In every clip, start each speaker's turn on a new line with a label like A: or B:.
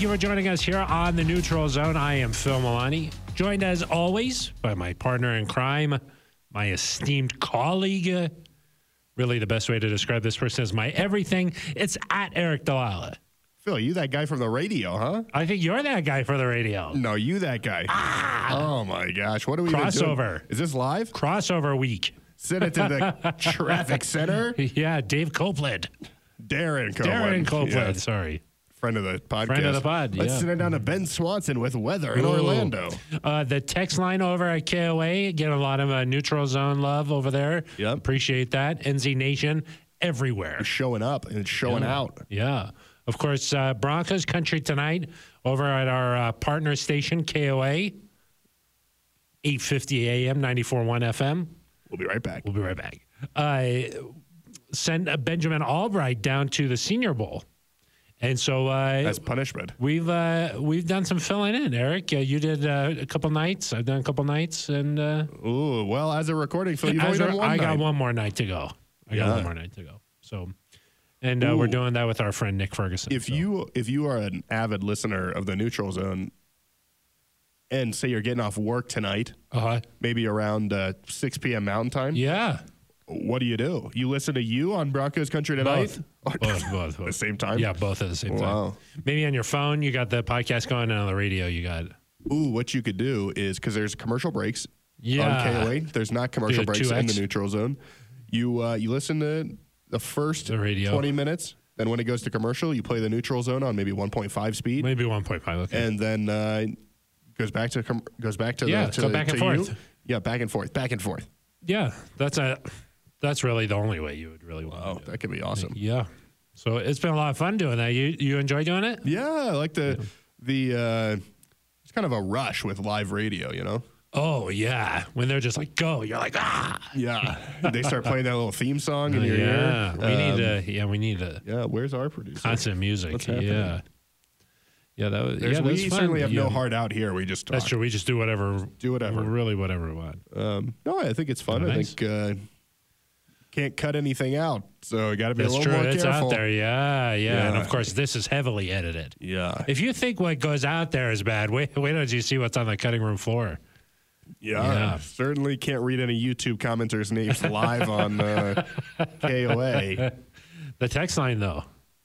A: you for joining us here on the Neutral Zone. I am Phil Milani, joined as always by my partner in crime, my esteemed colleague. Really, the best way to describe this person is my everything. It's at Eric Dalala.
B: Phil, you that guy from the radio, huh?
A: I think you're that guy for the radio.
B: No, you that guy. Oh my gosh, what are we even doing?
A: Ah! Crossover.
B: Is this live?
A: Crossover week.
B: Send it to the traffic center.
A: Yeah, Dave Copeland.
B: Darren
A: Darren
B: Copeland.
A: Copeland,
B: Oh, Yeah,
A: sorry.
B: friend of the podcast.
A: Friend of the pod,
B: Let's
A: yeah.
B: send it down to Ben Swanson with weather in
A: Ooh.
B: Orlando.
A: Uh, the text line over at KOA, get a lot of uh, neutral zone love over there.
B: Yep.
A: Appreciate that. NZ Nation everywhere.
B: Showing up and showing out.
A: Mm. Yeah. Of course, uh, Broncos country tonight over at our uh, partner station, KOA, 8.50 a.m., 94.1 FM.
B: We'll be right back.
A: We'll be right back. Uh, send uh, Benjamin Albright down to the Senior Bowl. And so uh,
B: That's punishment.
A: We've uh, we've done some filling in, Eric. Uh, you did uh, a couple nights. I've done a couple nights, and uh,
B: Ooh, well, as a recording, Phil, you've
A: as
B: only
A: a-
B: done one
A: I got
B: night.
A: one more night to go. I got
B: Yeah.
A: one more night to go. So, and uh, we're doing that with our friend Nick Ferguson.
B: If
A: so.
B: you if you are an avid listener of the Neutral Zone, and say you're getting off work tonight,
A: uh-huh.
B: maybe around uh, 6 p.m. Mountain Time,
A: yeah,
B: what do you do? You listen to you on Broncos Country tonight, Oh,
A: both, both, both, both.
B: the same time.
A: Yeah, both at the same
B: Wow.
A: time. Maybe on your phone, you got the podcast going, and on the radio, you got
B: Ooh, what you could do is because there's commercial breaks
A: Yeah.
B: on KOA. There's not commercial
A: Dude,
B: breaks in
A: 2X.
B: the Neutral Zone. You uh, you listen to the first
A: The radio.
B: 20 minutes. Then when it goes to commercial, you play the Neutral Zone on maybe 1.5 speed.
A: maybe one point five. Okay,
B: and then uh, goes back to com- goes back to
A: Yeah,
B: the, to,
A: go
B: the-
A: back and
B: to you.
A: forth.
B: Yeah, back and forth, back and forth.
A: yeah, that's a that's really the only way you would really want.
B: Oh,
A: to do it.
B: that could be awesome.
A: Yeah. So it's been a lot of fun doing that. You you enjoy doing it?
B: Yeah, I like the the uh, it's kind of a rush with live radio, you know.
A: Oh yeah, when they're just like go, you're like ah.
B: Yeah, they start playing that little theme song in your
A: Oh, yeah,
B: ear. Um,
A: we need to. Yeah, we need a
B: Yeah, where's our producer?
A: constant music.
B: What's happening?
A: Yeah, yeah, that was.
B: There's-
A: yeah, that
B: we
A: was fun.
B: certainly have no
A: Yeah.
B: heart out here. We just talk.
A: That's true. We just do whatever.
B: Do whatever.
A: Really, whatever we want.
B: Um, no, I think it's fun. I
A: Nice.
B: think uh, can't cut anything out, so got to be
A: That's
B: a little
A: true.
B: more
A: It's
B: careful.
A: out there. Yeah, yeah, And of
B: Yeah.
A: course, this is heavily edited.
B: Yeah,
A: If you think what goes out there is bad, wait, wait until you see what's on the cutting room floor.
B: Yeah,
A: Yeah.
B: certainly can't read any YouTube commenters' names live on uh, KOA.
A: The text line, though.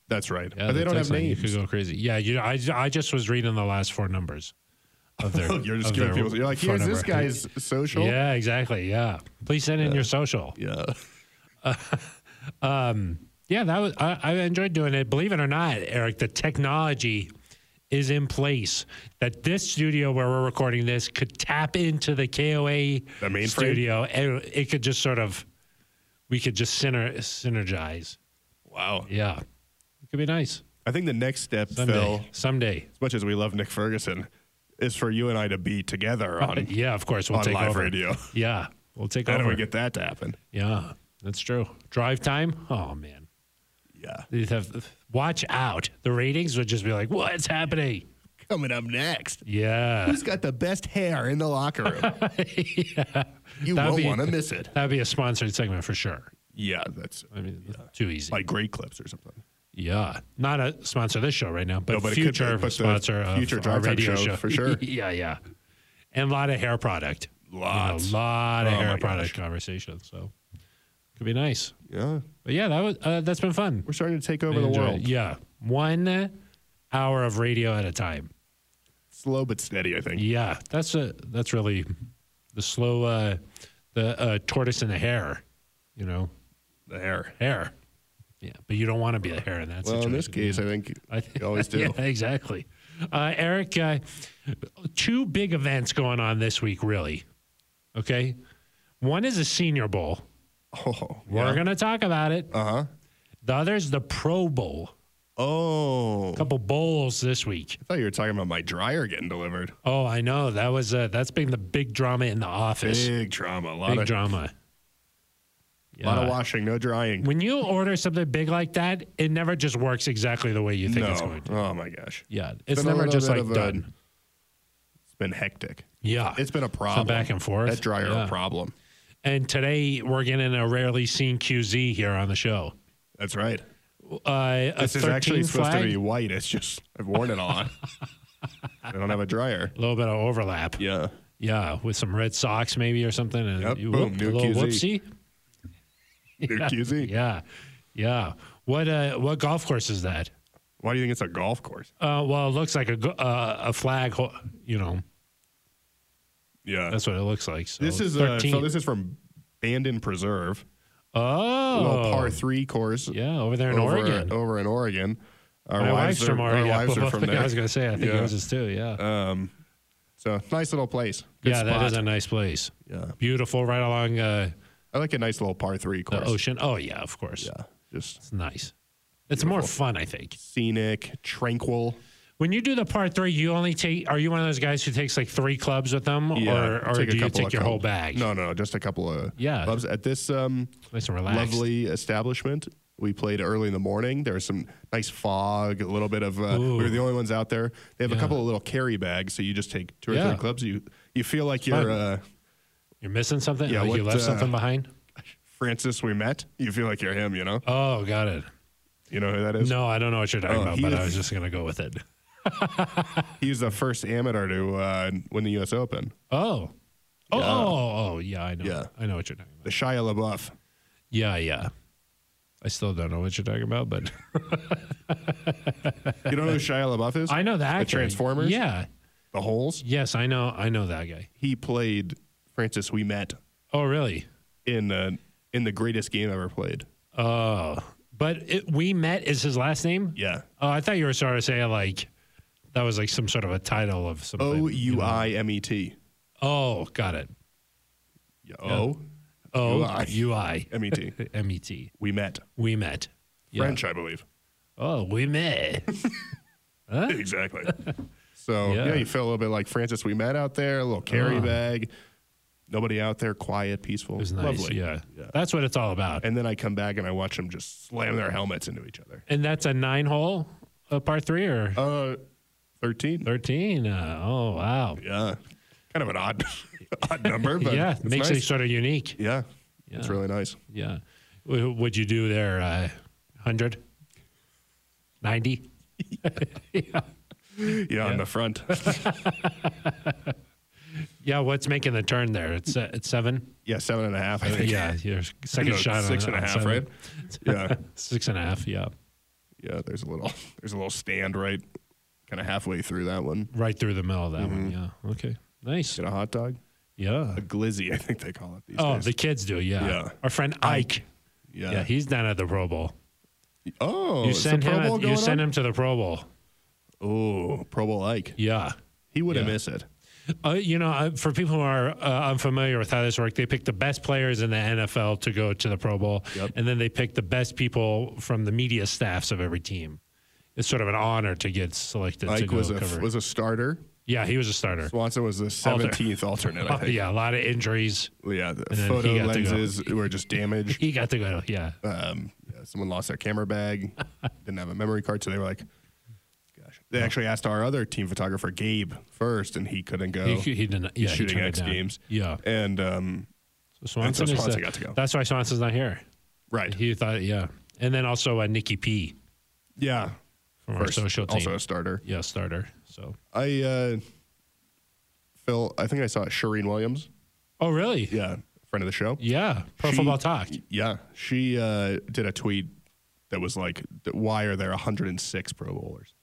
B: That's right,
A: Yeah,
B: but they
A: the
B: don't
A: text
B: have
A: line, You
B: names.
A: could go crazy. Yeah, you. I, I just was reading the last four numbers of their.
B: You're just
A: of
B: giving
A: their
B: people. You're like,
A: phone
B: here's this
A: number.
B: guy's social.
A: Yeah, exactly. Yeah, please send in your social.
B: yeah.
A: Yeah, that was I, I enjoyed doing it. Believe it or not, Eric, the technology is in place that this studio where we're recording this could tap into the KOA
B: The mainframe?
A: studio, and it could just sort of we could just syner, synergize.
B: Wow.
A: Yeah, it could be nice
B: I think the next step,
A: someday.
B: Phil,
A: someday.
B: as much as we love Nick Ferguson, is for you and I to be together on
A: yeah, of course we'll
B: on
A: take
B: live
A: over.
B: radio.
A: Yeah, we'll take
B: How do
A: over.
B: we get that to happen?
A: yeah, that's true. Drive time. Oh man,
B: Yeah.
A: you'd have watch out. The ratings would just be like, what's happening?
B: Coming up next,
A: Yeah.
B: who's got the best hair in the locker room? You
A: That'd
B: won't
A: be-
B: want to miss it.
A: That'd be a sponsored segment for sure.
B: Yeah, that's
A: I mean, too easy.
B: like great clips or something.
A: yeah, not a sponsor of this show right now, but,
B: No, but it could be,
A: future
B: but the
A: sponsor of
B: future
A: our
B: Drive Time
A: radio
B: show,
A: show
B: for sure.
A: yeah, yeah, and a lot of hair product. You know,
B: Lots.
A: a lot of
B: Oh
A: hair
B: my
A: product conversation. So could be nice.
B: Yeah,
A: But yeah, that was uh, that's been fun.
B: we're starting to take
A: I
B: over the
A: enjoyed it.
B: world.
A: Yeah, one hour of radio at a time.
B: slow but steady. I think.
A: Yeah, that's a that's really the slow uh, the uh, tortoise and the hare. You know,
B: The hair.
A: hair. Yeah, but you don't want to be a hair in that
B: Well,
A: situation.
B: in this case, I think
A: I think
B: you always do.
A: Yeah, exactly. Uh, Eric, uh, two big events going on this week, really. Okay, one is a Senior Bowl.
B: Oh,
A: We're
B: yeah. Uh-huh.
A: going to talk about it. Uh huh. The other is the Pro Bowl.
B: Oh,
A: A couple bowls this week.
B: I thought you were talking about my dryer getting delivered.
A: Oh, I know that was uh, that's been the big drama in the office.
B: Big drama. A lot
A: Big
B: of
A: drama.
B: lot of
A: Yeah.
B: washing, no drying.
A: When you order something big like that, it never just works exactly the way you think it's
B: no.
A: going to.
B: Oh my gosh.
A: Yeah, it's
B: been a
A: never
B: little
A: just
B: bit
A: like
B: of a-
A: done.
B: It's been hectic.
A: Yeah.
B: It's been a problem.
A: back and forth.
B: That dryer
A: Yeah.
B: a problem.
A: and today we're getting a rarely seen QZ here on the show.
B: That's right.
A: Uh, a
B: This is
A: 13
B: actually supposed to
A: flag.
B: be white. It's just I've worn it on. I don't have a dryer.
A: a little bit of overlap. Yeah,
B: Yeah.
A: with some red socks maybe or something. And
B: Yep,
A: you
B: boom,
A: whoop,
B: new
A: a little
B: QZ.
A: whoopsie.
B: New QZ.
A: Yeah, yeah. What uh, what golf course is that?
B: Why do you think it's a golf course?
A: Uh, well, it looks like a go- uh, a flag. Ho- you know,
B: Yeah.
A: that's what it looks like. So
B: this is uh,
A: 13.
B: so this is from Bandon Preserve, a little
A: oh,
B: par three course
A: yeah, over there in
B: over,
A: Oregon.
B: over in Oregon. Our
A: My wife's
B: are-
A: from Oregon.
B: Our wives
A: Well,
B: are from
A: I
B: there.
A: was going to say, I think
B: Yeah.
A: yours is too. Yeah,
B: Um, so nice little place. Good
A: yeah, that
B: spot.
A: is a nice place.
B: Yeah.
A: Beautiful, right along uh,
B: I like a nice little par three
A: the
B: course.
A: ocean. Oh yeah, of course.
B: Yeah, just
A: It's nice. It's more fun, I think.
B: scenic, tranquil.
A: When you do the part three, you only take. Are you one of those guys who takes like three clubs with them, or, or
B: take a
A: do you
B: couple
A: take
B: of
A: your whole
B: cup-
A: bag?
B: No, no, just a couple of
A: Yeah.
B: clubs at this um,
A: nice and relaxed.
B: lovely establishment. We played early in the morning. There was some nice fog, a little bit of. Uh, we
A: Ooh.
B: were the only ones out there. They have
A: Yeah.
B: a couple of little carry bags, so you just take two or
A: Yeah.
B: three clubs. You you feel like you're uh,
A: You're missing something.
B: Yeah,
A: like you
B: what,
A: left
B: uh,
A: something behind.
B: Francis. We met. You feel like you're him. You know.
A: Oh, got it.
B: You know who that is.
A: No, I don't know what you're talking
B: Oh,
A: about,
B: he
A: but I
B: is-
A: was just gonna go with it.
B: He's the first amateur to uh, win the U.S. Open.
A: Oh, oh,
B: Yeah.
A: oh, oh, yeah, I know.
B: Yeah.
A: I know what you're talking about.
B: The Shia LaBeouf.
A: Yeah, yeah. I still don't know what you're talking about, but
B: You don't know who Shia LaBeouf is?
A: I know the actor.
B: Transformers?
A: Yeah.
B: the Holes.
A: Yes, I know. I know that guy.
B: He played Francis. We met
A: Oh, really?
B: in uh, in the greatest game ever played.
A: Oh, but it, we met is his last name.
B: Yeah.
A: Oh, I thought you were sort of saying like that was like some sort of a title of something.
B: O U
A: know.
B: I M E T.
A: Oh, got it.
B: O
A: O
B: UI.
A: U I
B: M E T.
A: M E T.
B: We met.
A: We met. Yeah.
B: French, I believe.
A: Oh, we met.
B: Exactly. So
A: Yeah.
B: yeah. you feel a little bit like Francis. We met out there. A little carry
A: Ah.
B: bag. Nobody out there. Quiet, peaceful.
A: It was nice.
B: Lovely.
A: Yeah. That's what it's all about.
B: And then I come back and I watch them just slam their helmets into each other.
A: And that's a nine hole, a par three or
B: Uh, thirteen.
A: 13. Uh, oh, wow.
B: Yeah. Kind of an odd, odd number, but
A: yeah.
B: it's
A: Makes it
B: nice.
A: sort of unique.
B: Yeah. It's
A: Yeah.
B: really nice.
A: Yeah. Wh- What'd you do there? Uh, 100? 90?
B: Yeah, on the front.
A: Yeah. What's making the turn there? It's, uh, it's seven.
B: yeah, seven and a half, I think.
A: Yeah. Your second
B: No,
A: shot
B: six
A: on,
B: and a
A: on
B: half,
A: seven.
B: right? yeah.
A: Six and a half. Yeah.
B: Yeah, there's a little there's a little stand right kind of halfway through that one.
A: Right through the middle of that
B: Mm-hmm.
A: one. Yeah. Okay. Nice.
B: Get a hot dog?
A: Yeah.
B: A glizzy, I think they call it these
A: Oh,
B: days.
A: the kids do. Yeah.
B: Yeah.
A: Our friend Ike.
B: yeah.
A: Yeah. he's down at the Pro Bowl.
B: oh,
A: You
B: is the
A: send
B: Pro
A: him.
B: Bowl
A: you
B: going
A: send
B: on?
A: him to the Pro Bowl.
B: Oh, Pro Bowl Ike.
A: Yeah.
B: He would have
A: Yeah.
B: missed it.
A: Uh, you know, uh, for people who are uh, unfamiliar with how this works, they pick the best players in the NFL to go to the Pro Bowl,
B: Yep.
A: and then they pick the best people from the media staffs of every team. It's sort of an honor to get selected to
B: Ike
A: go
B: was a
A: cover.
B: was a starter.
A: yeah, he was a starter.
B: Swanson was the seventeenth alternate, I
A: Uh,
B: think.
A: yeah, a lot of injuries.
B: Yeah, the
A: then he
B: photo
A: got to go.
B: lenses were just damaged.
A: He got to go. Yeah,
B: Um, yeah, someone lost their camera bag, didn't have a memory card, so they were like, "Gosh!" They actually asked our other team photographer Gabe first, and he couldn't go.
A: he, he didn't. Yeah, he
B: shooting
A: turned it
B: X
A: down.
B: Games.
A: Yeah,
B: And um,
A: Swanson, is
B: Swanson
A: the-
B: got to go.
A: That's why Swanson's not here.
B: right,
A: He thought, yeah. And then also uh, Nikki P
B: yeah,
A: from our social team.
B: also a starter.
A: yeah, starter. So.
B: I uh, Phil, I think I saw Shireen Williams.
A: Oh, really?
B: Yeah, friend of the show.
A: Yeah. Pro
B: She-
A: Football Talk.
B: Yeah, she uh, did a tweet that was like, th- "Why are there 106 Pro Bowlers?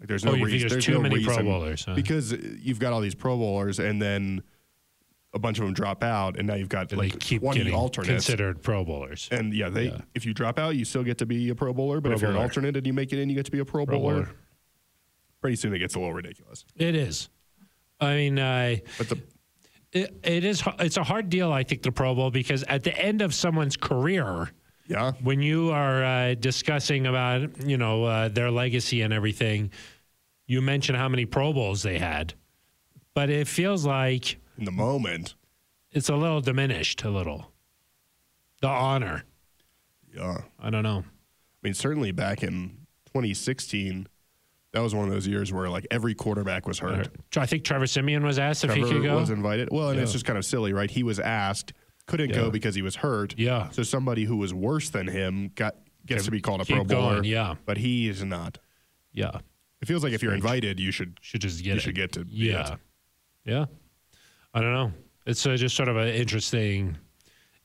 B: Like, there's no
A: Oh, you think
B: reason.
A: there's
B: There's
A: too
B: no
A: many Pro
B: reason."
A: Bowlers, huh?
B: because you've got all these Pro Bowlers, and then a bunch of them drop out, and now you've got
A: And
B: like
A: they keep
B: 20
A: getting
B: alternates.
A: considered Pro Bowlers.
B: and yeah, they
A: Yeah.
B: if you drop out, you still get to be a Pro Bowler, but
A: Pro
B: if you're an
A: Bowler.
B: alternate and you make it in, you get to be a Pro,
A: Pro
B: bowler.
A: Bowler.
B: Pretty soon it gets a little ridiculous.
A: It is. I mean, uh,
B: But the
A: it, it is. h- It's a hard deal, I think, the Pro Bowl because at the end of someone's career,
B: yeah,
A: when you are uh, discussing about you know uh, their legacy and everything, you mention how many Pro Bowls they had, but it feels like
B: in the moment,
A: it's a little diminished. A little. The honor.
B: yeah.
A: I don't know.
B: I mean, certainly back in 2016, that was one of those years where like every quarterback was hurt.
A: I think Trevor Simeon was asked if he
B: Trevor
A: could go.
B: was invited. Well, and it's
A: Yeah.
B: just kind of silly, right? He was asked, couldn't
A: Yeah.
B: go because he was hurt.
A: Yeah.
B: So somebody who was worse than him got gets to be called a
A: Keep
B: Pro Bowler.
A: going, yeah.
B: but he is not.
A: Yeah.
B: It feels like if you're invited, you should
A: Should just get
B: you
A: it.
B: should get to be
A: yeah.
B: it.
A: Yeah. I don't know. It's uh, just sort of an interesting.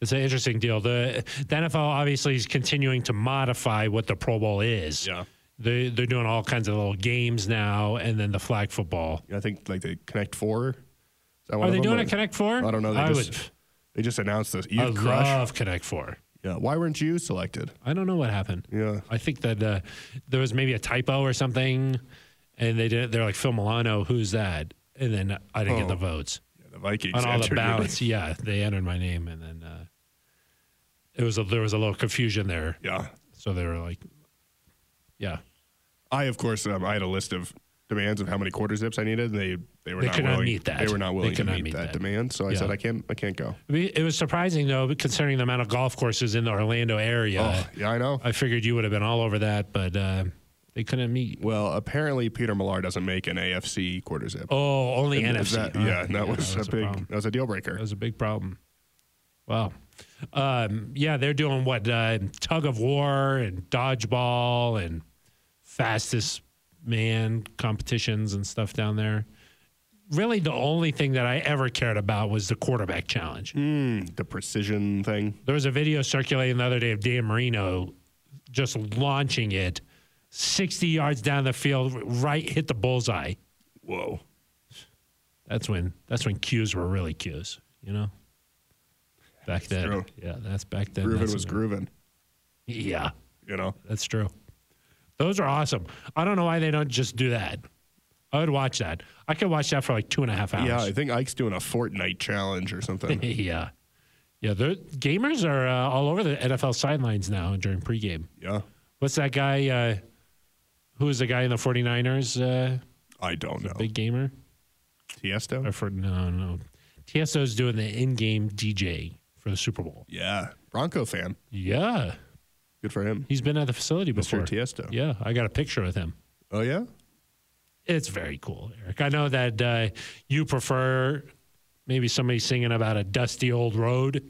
A: It's an interesting deal. The, the NFL obviously is continuing to modify what the Pro Bowl is.
B: Yeah.
A: They, they're doing all kinds of little games now, and then the flag football.
B: I think like the Connect Four. Is that
A: Are
B: one
A: they
B: of them?
A: doing a
B: Or-
A: Connect Four?
B: I don't know. They
A: I
B: just they just announced this. You
A: would. I
B: crush.
A: love Connect Four.
B: yeah. Why weren't you selected?
A: I don't know what happened.
B: Yeah.
A: I think that uh, there was maybe a typo or something, and they did. They're like Phil Milano, who's that? And then I didn't get
B: Oh.
A: the votes
B: yeah the Vikings
A: on all
B: entered
A: the
B: your name.
A: ballots. Yeah, they entered my name, and then uh, it was a, there was a little confusion there.
B: Yeah.
A: So they were like, yeah,
B: I of course um, I had a list of demands of how many quarter zips I needed, and they they were
A: They
B: not
A: could not
B: willing.
A: meet that.
B: They were
A: They
B: not willing to
A: could not
B: meet,
A: meet
B: that,
A: that.
B: demand. So I
A: Yeah.
B: said I can't I can't go.
A: I mean, it was surprising though, considering the amount of golf courses in the Orlando area.
B: Oh yeah, I know.
A: I figured you would have been all over that, but uh, they couldn't meet.
B: well, apparently Peter Millar doesn't make an AFC quarter zip.
A: Oh, only
B: And
A: NFC.
B: that-
A: huh?
B: yeah, and that was, a big
A: problem.
B: that was a deal breaker.
A: That was a big problem. Wow. Um, yeah, they're doing what uh, tug of war and dodgeball and fastest man competitions and stuff down there. Really, the only thing that I ever cared about was the quarterback challenge.
B: Mm, the precision thing.
A: There was a video circulating the other day of Dan Marino just launching it 60 yards down the field, right hit the bullseye.
B: Whoa.
A: That's when that's when cues were really cues, you know. Back then,
B: true.
A: yeah, that's back then.
B: Groovin
A: that's
B: was
A: when-
B: grooving,
A: Yeah,
B: you know.
A: that's true. Those are awesome. I don't know why they don't just do that. I would watch that. I could watch that for like two and a half hours.
B: Yeah, I think Ike's doing a Fortnite challenge or something.
A: yeah, yeah. they're- Gamers are uh, all over the NFL sidelines now during pregame.
B: yeah.
A: What's that guy? Uh, who is the guy in the 49ers? Uh,
B: I don't know.
A: big gamer? Or
B: Tiesto?
A: for no, no. Tieso's doing the in-game DJ for the Super Bowl.
B: Yeah. Bronco fan.
A: Yeah.
B: Good for him.
A: He's been at the facility before.
B: Mr. Tiesto.
A: Yeah, I got a picture with him.
B: Oh, yeah?
A: It's very cool, Eric. I know that uh, you prefer maybe somebody singing about a dusty old road,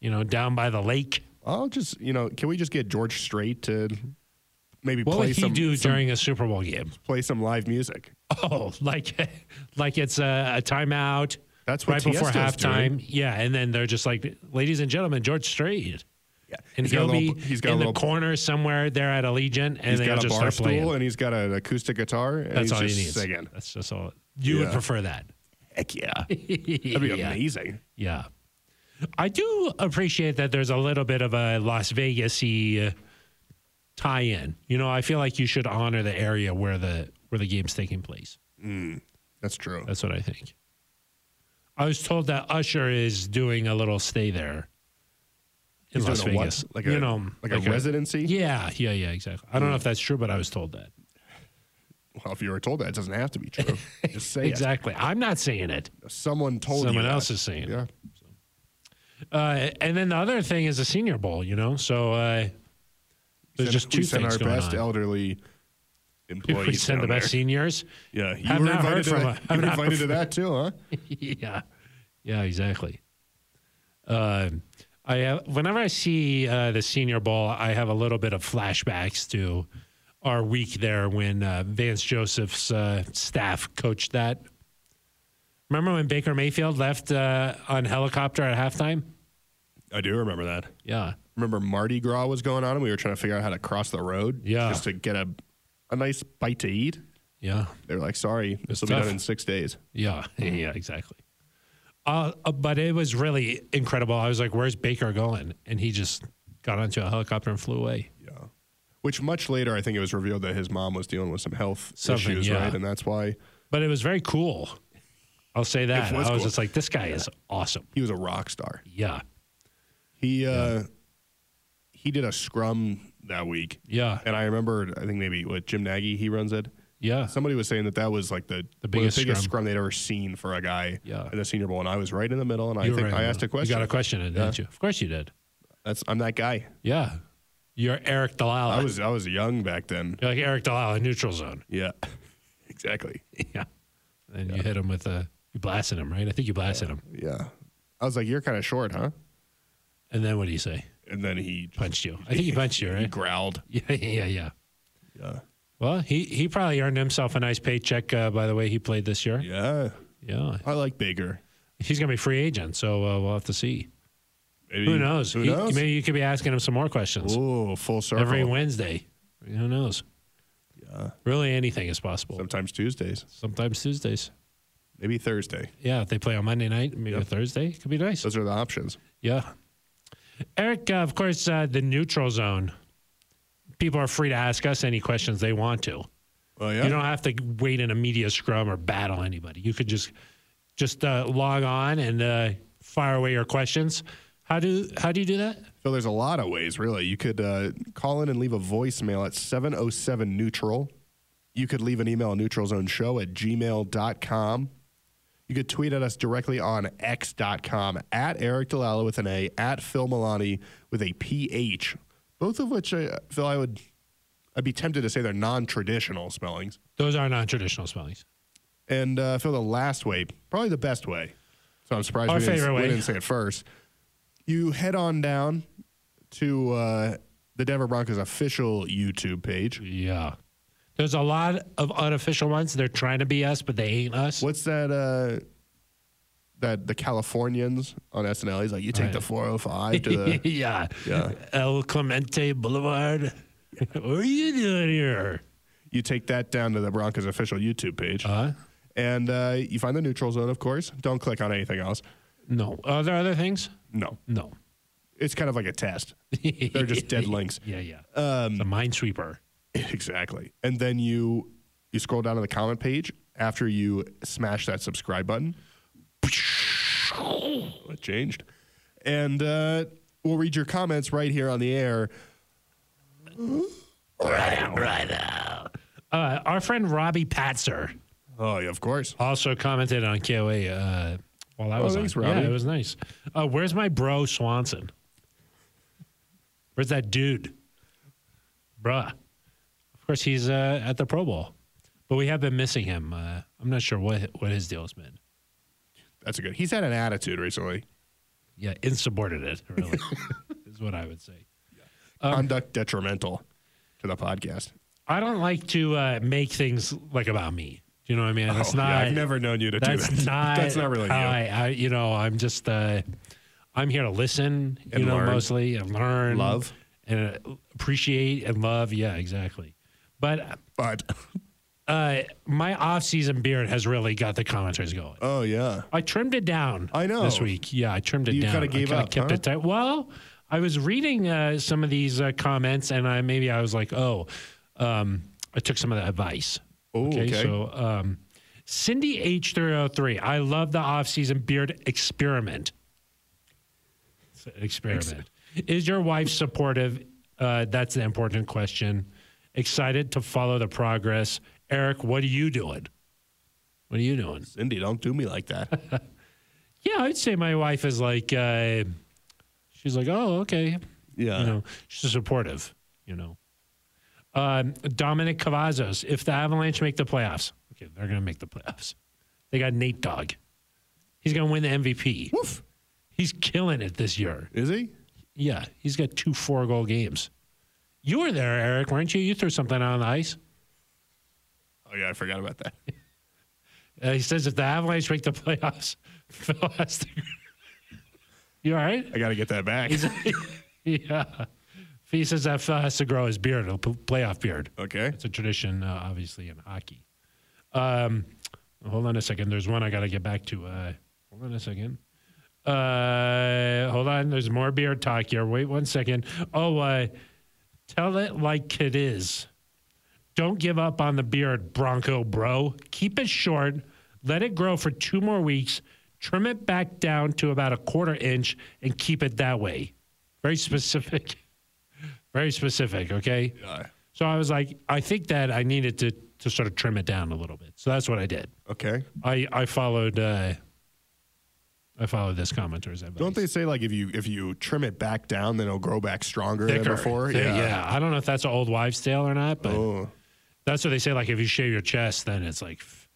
A: you know, down by the lake.
B: I'll just, you know, can we just get George Strait to maybe
A: What
B: play,
A: would he
B: some,
A: do
B: some-
A: during a Super Bowl game?
B: play some live music?
A: Oh, like, like it's a, a timeout
B: That's what
A: right before
B: Tiesto's
A: halftime.
B: doing.
A: Yeah, and then they're just like, "Ladies and gentlemen, George Strait,"
B: Yeah.
A: and
B: He's got a
A: he'll
B: little-
A: be
B: he's got a
A: in
B: little-
A: the corner somewhere there at Allegiant, and
B: He's
A: they'll
B: got a
A: just
B: bar
A: start playing.
B: stool and he's got an acoustic guitar. And
A: That's
B: he's
A: all you
B: just
A: need.
B: Singing.
A: That's just all. You would
B: Yeah.
A: prefer that.
B: Heck yeah. That'd be
A: yeah.
B: amazing.
A: Yeah. I do appreciate that there's a little bit of a Las Vegas y tie in. You know, I feel like you should honor the area where the where the game's taking place.
B: That's true.
A: That's what I think. I was told that Usher is doing a little stay there in
B: He's
A: Las
B: doing a what?
A: Vegas.
B: Like a,
A: you know,
B: like, a residency? Hmm.
A: Yeah, yeah, yeah, exactly. I don't know if that's true, but I was told that.
B: Well, if you were told that, it doesn't have to be true. Just say
A: Exactly. I'm not saying it.
B: it. Someone told you
A: Someone
B: that.
A: else is saying it.
B: Yeah.
A: Uh, and then the other thing is the Senior Bowl, you know. So uh,
B: We
A: there's
B: sent-
A: just two
B: we sent
A: things
B: our
A: going
B: best
A: on.
B: elderly employees.
A: we send the
B: down
A: best
B: there.
A: seniors.
B: Yeah, you
A: Have
B: were
A: not
B: invited
A: heard
B: to
A: from a-
B: that. You
A: have
B: were
A: not
B: invited to that too, huh?
A: yeah, yeah, exactly. Um I have, whenever I see uh, the Senior Bowl, I have a little bit of flashbacks to our week there when uh, Vance Joseph's uh, staff coached that. Remember when Baker Mayfield left uh, on helicopter at halftime?
B: I do remember that.
A: Yeah,
B: Remember Mardi Gras was going on, and we were trying to figure out how to cross the road.
A: Yeah.
B: just to get a a nice bite to eat.
A: yeah.
B: They were like, "Sorry, this will be
A: tough.
B: done in six days."
A: Yeah, yeah, exactly. Uh, uh, but it was really incredible. I was like, "Where's Baker going?" And he just got onto a helicopter and flew away.
B: Yeah. Which much later, I think it was revealed that his mom was dealing with some health
A: Something,
B: issues,
A: yeah.
B: right? And that's why
A: But it was very cool. I'll say that. I was
B: was cool.
A: just like, "This guy is awesome."
B: he was a rock star.
A: Yeah,
B: He uh, he did a scrum that week,
A: yeah,
B: and I remember I think maybe what Jim Nagy he runs it.
A: yeah.
B: Somebody was saying that that was like the,
A: The
B: one of
A: biggest
B: the biggest
A: scrum.
B: scrum. they'd ever seen for a guy
A: Yeah.
B: in the Senior Bowl, and I was right in the middle, and
A: You
B: I
A: were
B: think
A: right,
B: I
A: though.
B: asked a question.
A: You got a question, in, didn't you? Of course you did.
B: That's I'm that guy.
A: Yeah, you're Eric Delisle.
B: I was I was young back then.
A: you're like Eric Delisle in neutral zone.
B: Yeah, exactly.
A: yeah, and you hit him with a you blasted him right. I think you blasted him.
B: Yeah, I was like, you're kind of short, huh?
A: And then what do you say?
B: and then he just-
A: Punched you. I think he punched you,
B: he
A: right?
B: growled.
A: Yeah, yeah, yeah.
B: Yeah.
A: Well, he, he probably earned himself a nice paycheck uh, by the way he played this year.
B: Yeah.
A: Yeah.
B: I like Baker.
A: He's going to be free agent, so uh, we'll have to see.
B: Maybe-
A: Who knows?
B: Who
A: He-
B: knows?
A: maybe you could be asking him some more questions
B: Ooh, full circle.
A: every Wednesday. Who knows?
B: Yeah.
A: Really, anything is possible.
B: Sometimes Tuesdays,
A: Sometimes Tuesdays.
B: maybe Thursday.
A: Yeah, if they play on Monday night, maybe a Thursday. It could be nice.
B: Those are the options.
A: Yeah. Eric, uh, of course, uh, the neutral zone. People are free to ask us any questions they want to.
B: Well, yeah.
A: You don't have to wait in a media scrum or battle anybody. You could just just uh, log on and uh, fire away your questions. How do how do you do that?
B: So there's a lot of ways, really. You could uh, call in and leave a voicemail at 707 Neutral. You could leave an email at neutralzoneshow at gmail.com. You could tweet at us directly on x.com at Eric Delala with an A, at Phil Milani with a PH, both of which, uh, Phil, I would I'd be tempted to say they're non traditional spellings.
A: Those are non-traditional spellings.
B: And uh, Phil, the last way, probably the best way. So I'm surprised
A: Our
B: we, didn't,
A: favorite
B: we
A: way.
B: didn't say it first. You head on down to uh, the Denver Broncos official YouTube page.
A: Yeah. There's a lot of unofficial ones. They're trying to be us, but they ain't us.
B: What's that? Uh, that the Californians on SNL. He's like, you take the 405 to the.
A: yeah.
B: Yeah.
A: El Clemente Boulevard. what are you doing here?
B: you take that down to the Broncos official YouTube page,
A: Uh,
B: and uh, you find the neutral zone. Of course, don't click on anything else.
A: no. Are there other things?
B: No,
A: No.
B: it's kind of like a test. They're just dead links.
A: Yeah, yeah. Um, the Minesweeper.
B: Exactly. And then you you scroll down to the comment page after you smash that subscribe button. It changed. And uh, we'll read your comments right here on the air.
A: Uh, our friend Robbie Patzer
B: Oh, yeah, of course.
A: also commented on KOA uh, while I
B: Oh,
A: was
B: thanks,
A: on.
B: Robbie.
A: Yeah, it was nice. Uh, where's my bro Swanson? Where's that dude? Bruh. Of course, he's uh, at the Pro Bowl, but we have been missing him. Uh, I'm not sure what what his deal's been.
B: That's a good. He's had an attitude recently.
A: Yeah, insubordinate, really, is what I would say. Uh.
B: Conduct detrimental to the podcast.
A: I don't like to uh, make things like about me. Do you know what I mean? That's
B: Oh, yeah,
A: not.
B: I've never known you to do
A: That's
B: that.
A: not.
B: that's not really you.
A: how I, I, you know, I'm just. Uh, I'm here to listen. You
B: And
A: know,
B: learn.
A: mostly and learn,
B: Love.
A: and uh, appreciate and love. Yeah, exactly. But
B: but
A: uh, my off-season beard has really got the commentaries going.
B: oh yeah,
A: I trimmed it down.
B: I know.
A: this week. Yeah, I trimmed it
B: You
A: down. I
B: kinda gave
A: kinda
B: up,
A: kept
B: huh?
A: it tight. Well, I was reading uh, some of these uh, comments, and I maybe I was like, oh, um, I took some of the advice.
B: Oh, okay.
A: So, um, Cindy H three hundred three. I love the off-season beard experiment. It's an Experiment. Is your wife supportive? Uh, that's the important question. Excited to follow the progress. Eric, what are you doing? What are you doing?
B: Cindy, don't do me like that.
A: Yeah, I'd say my wife is like, uh, she's like, oh, okay.
B: Yeah.
A: You know, she's supportive, you know. Um, Dominic Cavazos, if the Avalanche make the playoffs, okay, they're going to make the playoffs. They got Nate Dogg. He's going to win the MVP.
B: Woof.
A: He's killing it this year.
B: Is he?
A: Yeah, he's got two four goal games. You were there, Eric, weren't you? You threw something out on the ice.
B: Oh yeah, I forgot about that.
A: Uh, he says if the Avalanche make the playoffs, Phil has to. you all right?
B: I got to get that back.
A: yeah. He says that Phil has to grow his beard, a p- playoff beard.
B: Okay.
A: It's a tradition, uh, obviously, in hockey. Um, hold on a second. There's one I got to get back to. Uh, hold on a second. Uh, hold on. There's more beard talk here. Wait one second. Oh, uh, tell it like it is. Don't give up on the beard, Bronco bro. Keep it short. Let it grow for two more weeks. Trim it back down to about a quarter inch and keep it that way. Very specific. Very specific, okay?
B: Uh,
A: So I was like, I think that I needed to to sort of trim it down a little bit. So that's what I did.
B: okay.
A: I I followed uh, I followed this commenter's advice.
B: Don't they say like if you if you trim it back down, then it'll grow back stronger than
A: Thicker.
B: before?
A: Thi- I don't know if that's an old wives' tale or not, but
B: Oh,
A: that's what they say. Like if you shave your chest, then it's like, f-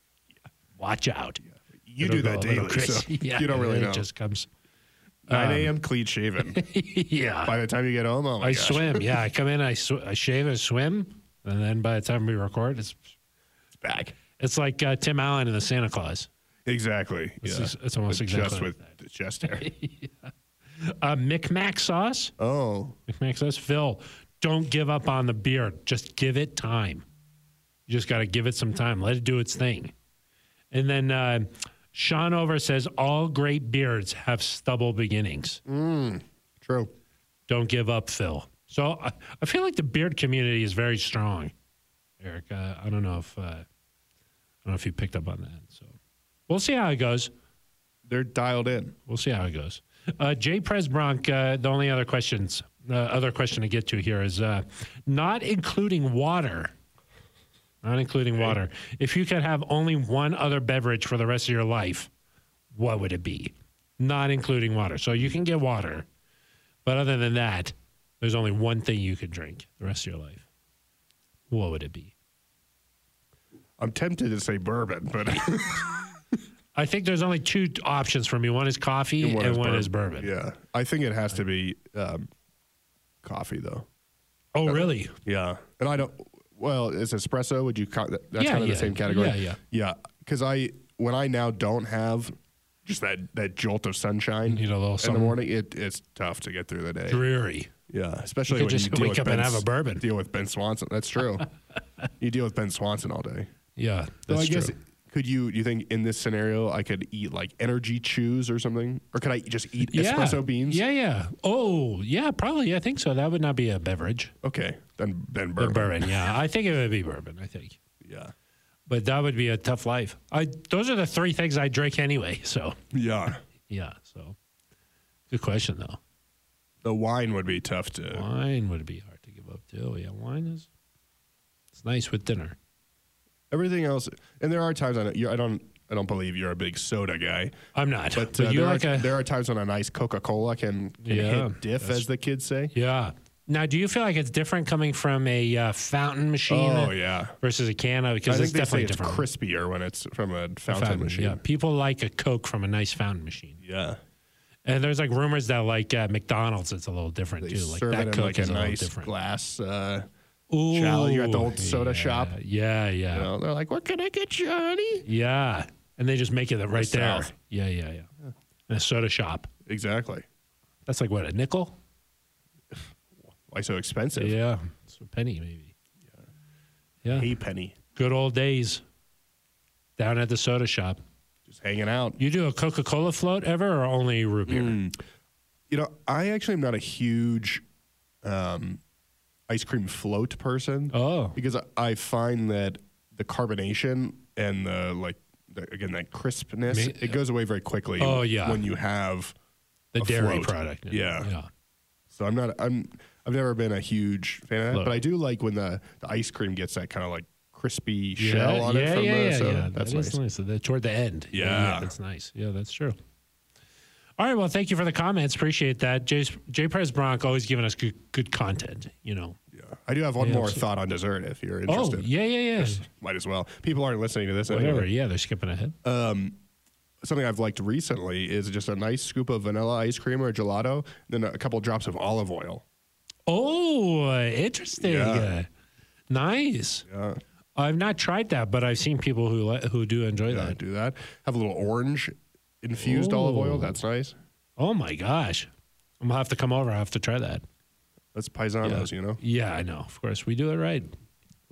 A: watch out.
B: you
A: It'll
B: do that
A: go a little
B: daily, so
A: crazy. Yeah,
B: you don't
A: and
B: really
A: then
B: know.
A: It just comes.
B: 9 a.m. clean shaven.
A: yeah.
B: By the time you get home, oh my
A: I
B: gosh.
A: swim. Yeah, I come in, I, sw- I shave, I swim, and then by the time we record, it's
B: It's back.
A: it's like uh, Tim Allen and the Santa Claus.
B: Exactly.
A: It's,
B: yeah.
A: just- it's almost
B: But
A: exactly.
B: just
A: like
B: with the chest hair.
A: that. uh, McMac sauce.
B: oh,
A: McMac sauce. Phil, don't give up on the beard. Just give it time. You just got to give it some time. Let it do its thing. And then uh, Sean Over says all great beards have stubble beginnings.
B: true.
A: Don't give up, Phil. So I, I feel like the beard community is very strong, Eric. Uh, I don't know if uh, I don't know if you picked up on that. So we'll see how it goes.
B: They're dialed in.
A: We'll see how it goes. Uh, Jay Presbronk. Uh, the only other questions, uh, other question to get to here is uh, not including water. Not including water. If you could have only one other beverage for the rest of your life, what would it be? Not including water. So you can get water, but other than that, there's only one thing you could drink the rest of your life. What would it be?
B: I'm tempted to say bourbon, but
A: I think there's only two t- options for me. One is coffee, and one, is, bourbon.
B: Yeah, I think it has to be um, coffee though.
A: Oh, really?
B: Yeah, and I don't. Well, is espresso? Would you? co- that- That's
A: Yeah,
B: kind of
A: yeah.
B: the same category.
A: Yeah, yeah.
B: yeah. Because I when I now don't have just that that jolt of sunshine
A: Need a little
B: in the
A: something.
B: morning, it, it's tough to get through the day.
A: dreary.
B: Yeah, especially
A: could
B: when
A: just
B: you deal
A: wake
B: with
A: up
B: ben,
A: and have
B: S-
A: a bourbon.
B: Deal with Ben Swanson. That's true. you deal with Ben Swanson all day.
A: Yeah,
B: So
A: that's
B: I guess
A: true.
B: could you? You think in this scenario I could eat like energy chews or something, or could I just eat
A: yeah.
B: espresso beans?
A: Yeah, yeah. Oh, yeah, probably. I think so. That would not be a beverage.
B: Okay, then then
A: But
B: bourbon.
A: bourbon, yeah. I think it would be bourbon, I think.
B: Yeah.
A: But that would be a tough life. I those are the three things I drink anyway, so
B: Yeah.
A: yeah, so good question though.
B: The wine would be tough to.
A: Wine would be hard to give up too. Yeah, wine is it's nice with dinner.
B: Everything else, and there are times I don't, you- I don't, I don't believe you're a big soda guy,
A: I'm not.
B: but,
A: But,
B: uh,
A: you
B: there,
A: like
B: are,
A: a
B: there are times when a nice Coca Cola can, can
A: Yeah,
B: hit diff,
A: that's-
B: as the kids say.
A: Yeah. Now, do you feel like it's different coming from a uh, fountain machine
B: Oh yeah,
A: versus a can?
B: I
A: Because
B: think
A: it's
B: they say
A: definitely
B: it's
A: different.
B: crispier when it's from a fountain, machine.
A: Yeah, people like a Coke from a nice fountain machine.
B: Yeah.
A: And there's like rumors that like at McDonald's it's a little different
B: they
A: too. Like
B: serve
A: that
B: it in
A: Coke
B: like
A: is
B: a
A: a little
B: nice
A: different.
B: glass. Uh,
A: Ooh,
B: chalice you're at the old soda
A: yeah,
B: shop.
A: Yeah, yeah,
B: you know, they're like, "What can I get you, honey?"
A: yeah. And they just make it right there.
B: South.
A: Yeah, yeah, yeah. In a soda shop.
B: Exactly.
A: That's like what a nickel.
B: Why so expensive?
A: Yeah, it's a penny maybe. Yeah,
B: Hey, penny,
A: good old days down at the soda shop.
B: just hanging out.
A: You do a Coca Cola float ever, or only root beer?
B: Mm. You know, I actually am not a huge um, ice cream float person
A: Oh,
B: because I, I find that the carbonation and the like, the, again, that crispness,
A: Me-
B: it goes away very quickly.
A: Oh, yeah.
B: when you have.
A: the
B: A
A: dairy
B: float.
A: product.
B: Yeah.
A: yeah.
B: So I'm not. I'm. I've never been a huge fan of that,
A: Float.
B: but I do like when the, the ice cream gets that kind of like crispy
A: Yeah,
B: shell on it
A: yeah,
B: from
A: yeah,
B: the.
A: yeah,
B: so
A: yeah.
B: That's
A: That is
B: nice.
A: nice. That- toward the end.
B: Yeah.
A: that's nice. Yeah, that's true. All right. Well, thank you for the comments. Appreciate that. Jay, Jay Perez Bronk always giving us good, good content. You know.
B: Yeah. I do have one
A: Yeah,
B: more
A: absolutely.
B: thought on dessert if you're interested.
A: Oh, yeah, yeah, yeah.
B: Might as well. People aren't listening to this
A: Whatever.
B: anyway.
A: Yeah, they're skipping ahead.
B: Something I've liked recently is just a nice scoop of vanilla ice cream or gelato, and then a couple drops of olive oil.
A: oh, uh, interesting.
B: Yeah.
A: Uh, nice.
B: Yeah,
A: I've not tried that, but I've seen people who li- who do enjoy
B: yeah,
A: that.
B: do that. Have a little orange infused olive
A: Ooh.
B: oil. That's nice.
A: Oh my gosh, I'm gonna have to come over. I have to try that.
B: That's paisanos, you know.
A: Yeah, I know. Of course, we do it right.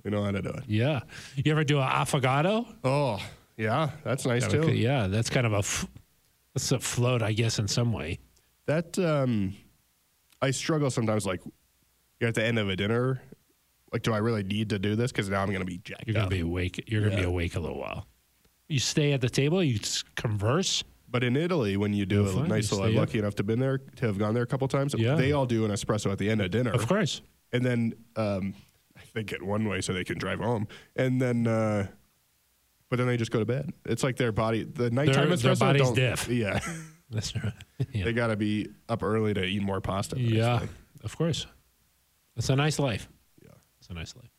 B: We know how to do it.
A: Yeah. You ever do an affogato?
B: Oh, yeah, that's nice
A: Kinda
B: too.
A: cool. yeah, that's kind of a f- that's a float, I guess, in some way.
B: That um, I struggle sometimes. Like you're at the end of a dinner. Like, do I really need to do this? Because now I'm going to be jacked
A: You're
B: up.
A: gonna be awake. You're gonna be
B: Yeah.
A: awake a little while. You stay at the table. You s- converse.
B: But in Italy, when you do
A: You'll
B: a
A: find
B: nice
A: you
B: little,
A: stay
B: lucky enough to been there to have gone there a couple times,
A: Yeah.
B: they all do an espresso at the end of dinner,
A: Of course.
B: and then um, they get one way so they can drive home, and then uh, but then they just go to bed. It's like their body, the nighttime
A: Their-
B: espresso.
A: their body's
B: don't-
A: deaf.
B: Yeah,
A: That's right. yeah.
B: they got to be up early to eat more pasta. the next
A: Yeah,
B: day.
A: Of course. It's a nice life.
B: Yeah.
A: It's a nice life.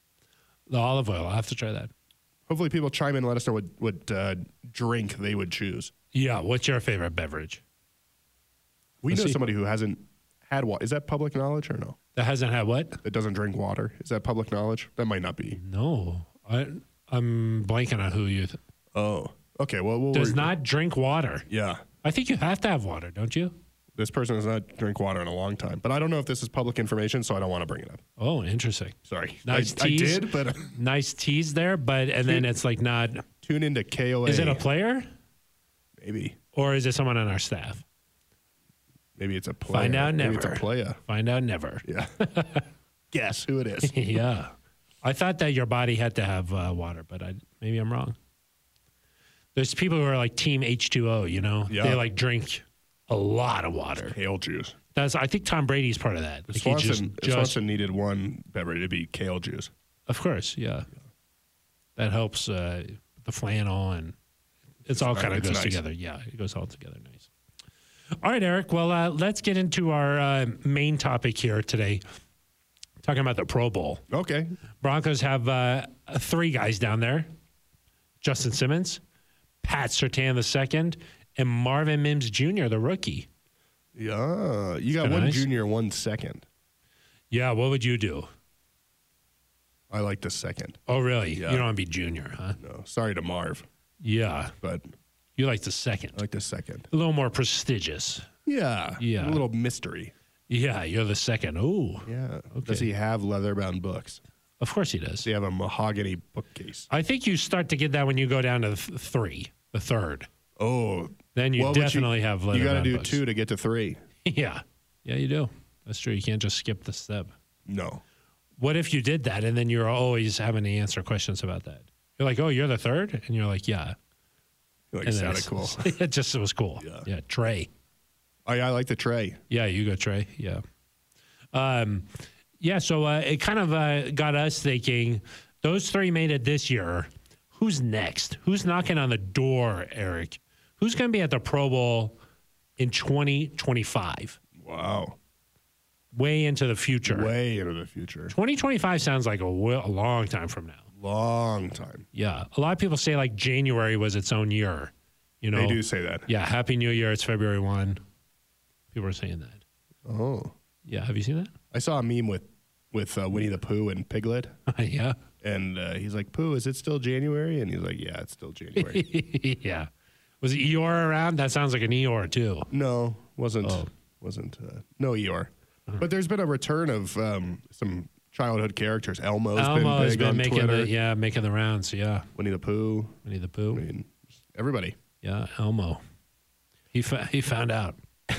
A: The olive oil. I have to try that.
B: Hopefully, people chime in and let us know what what uh, drink they would choose.
A: Yeah. What's your favorite beverage?
B: We
A: Let's
B: know
A: see.
B: somebody who hasn't had water. Is that public knowledge or no?
A: That hasn't had what?
B: That doesn't drink water. Is that public knowledge? That might not be.
A: No, I, I'm blanking on who you th-
B: Oh, okay. Well, we'll
A: does
B: re-
A: not drink water.
B: Yeah,
A: I think you have to have water, don't you?
B: this person has not drank water in a long time. But I don't know if this is public information, so I don't want to bring it up.
A: Oh, interesting.
B: Sorry.
A: Nice
B: I, I
A: tease.
B: did, but
A: Nice tease there, but and then it's like not.
B: tune into KOA.
A: Is it a player
B: maybe?
A: or is it someone on our staff?
B: Maybe it's a player.
A: Find out
B: Maybe it's a
A: never.
B: player.
A: Find out never.
B: Yeah. Guess who it is.
A: yeah. I thought that your body had to have uh, water, but I maybe I'm wrong. There's people who are like Team H2O, you know?
B: Yeah.
A: They like drink a lot of water.
B: Kale juice.
A: That's I think Tom Brady's part of that. Like, he
B: Swanson,
A: just-
B: if
A: just-
B: Swanson needed one beverage. It'd be kale juice.
A: of course, yeah. That helps uh, the flannel and it's all
B: ni-
A: kind of
B: it's
A: goes
B: nice.
A: together. Yeah, it goes all together nice. All right, Eric. Well, uh, let's get into our uh, main topic here today. Talking about the Pro Bowl.
B: Okay.
A: Broncos have uh, three guys down there: Justin Simmons, Pat Sertan the second, and Marvin Mims Jr., the rookie.
B: Yeah. You got
A: kinda
B: one
A: nice.
B: junior, one second.
A: Yeah, what would you do?
B: I like the second.
A: Oh, really?
B: Yeah.
A: You don't want to be junior, huh?
B: No, sorry to Marv,
A: Yeah,
B: but
A: you like the second,
B: I like the second.
A: a little more prestigious.
B: Yeah.
A: Yeah.
B: A little mystery.
A: Yeah, you're the second. Ooh,
B: Yeah. Does he have leather bound books?
A: of course he does.
B: Does he have a mahogany bookcase?
A: I think you start to get that when you go down to the th- three, the third.
B: Oh.
A: Then you
B: What would
A: definitely have leather.
B: You got to
A: bound
B: do
A: boots.
B: two to get to three.
A: Yeah, yeah, you do. That's true. You can't just skip the step.
B: No.
A: what if you did that and then you're always having to answer questions about that? You're like, oh, you're the third? And you're like, yeah.
B: I feel Like
A: And then
B: sounded cool.
A: it's- it just it was cool.
B: Yeah.
A: Trey.
B: I, I like the tray.
A: Yeah, you go, Trey. Yeah. Um, yeah, so uh, it kind of uh, got us thinking those three made it this year. Who's next? Who's knocking on the door, Eric? Who's going to be at the Pro Bowl in 2025?
B: Wow.
A: Way into the future.
B: Way into the future.
A: 2025 sounds like a, wi- a long time from now.
B: Long time.
A: Yeah. A lot of people say like January was its own year. You know,
B: They do say that.
A: yeah, Happy New Year. It's February 1. People are saying that.
B: Oh.
A: Yeah. Have you seen
B: I saw a meme with with uh, Winnie the Pooh and Piglet,
A: that? yeah.
B: and uh, he's like, "Pooh, is it still January?" And he's like, "Yeah, it's still January."
A: yeah. Was Eeyore around? That sounds like an Eeyore too.
B: no, wasn't
A: Oh. Uh-huh.
B: wasn't uh, no Eeyore. But there's been a return of um, some childhood characters. Elmo's
A: Elmo
B: been
A: has
B: big
A: been
B: on
A: making
B: Twitter.
A: the yeah, making the rounds. Yeah.
B: Winnie the Pooh.
A: Winnie the
B: I
A: Pooh.
B: mean, everybody.
A: Yeah, Elmo. He fa- he found out.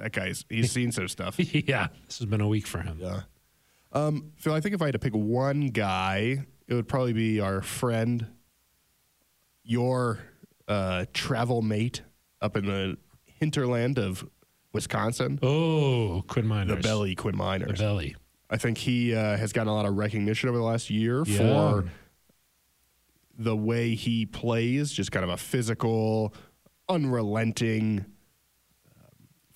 B: That guy's he's seen some stuff.
A: yeah. This has been a week for him.
B: Yeah. Um, Phil, I think if I had to pick one guy, it would probably be our friend, your uh, travel mate up in the hinterland of Wisconsin,
A: Oh, Quinn
B: the
A: Miners.
B: Belly Quinn
A: The
B: Miners.
A: belly.
B: I think he uh, has gotten a lot of recognition over the last year
A: Yeah.
B: for the way he plays, just kind of a physical, unrelenting, um,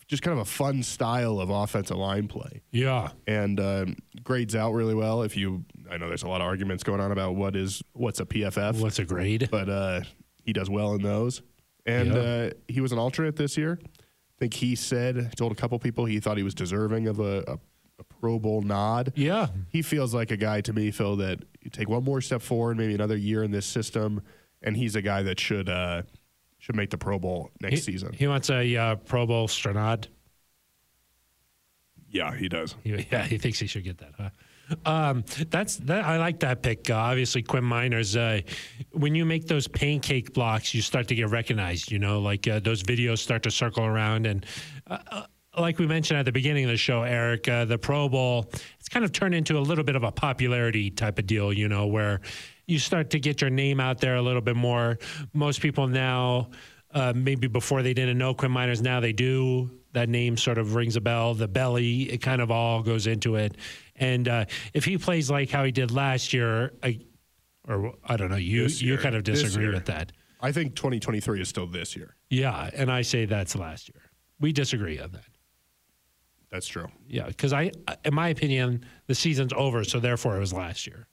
B: just kind of a fun style of offensive line play
A: Yeah.
B: and um, grades out really well. If you, I know there's a lot of arguments going on about what is what's a PFF,
A: What's a grade?
B: but uh, he does well in those. And
A: Yeah.
B: uh, he was an alternate this year. I think he said told a couple people he thought he was deserving of a, a, a Pro Bowl nod.
A: Yeah.
B: He feels like a guy to me, Phil, that you take one more step forward, maybe another year in this system, and he's a guy that should uh, should make the Pro Bowl next
A: He-
B: season.
A: He wants a uh, Pro Bowl Stranad.
B: yeah, he does.
A: He- Yeah, he thinks he should get that, huh? Um, that's that. I like that pick. Uh, obviously, Quinn Miners. Uh, when you make those pancake blocks, you start to get recognized. You know, like uh, those videos start to circle around, and uh, uh, like we mentioned at the beginning of the show, Eric, uh, the Pro Bowl, it's kind of turned into a little bit of a popularity type of deal. You know, where you start to get your name out there a little bit more. Most people now, uh, maybe before they didn't know Quinn Miners, now they do. That name sort of rings a bell. The belly, it kind of all goes into it. And uh, if he plays like how he did last year, I, or I don't know, you
B: This
A: you
B: year.
A: kind of
B: This
A: disagree
B: year.
A: with that.
B: I think 2023 is still this year.
A: Yeah, and I say that's last year. We disagree on that.
B: That's true.
A: Yeah, because I, in my opinion, the season's over, so therefore it was last year.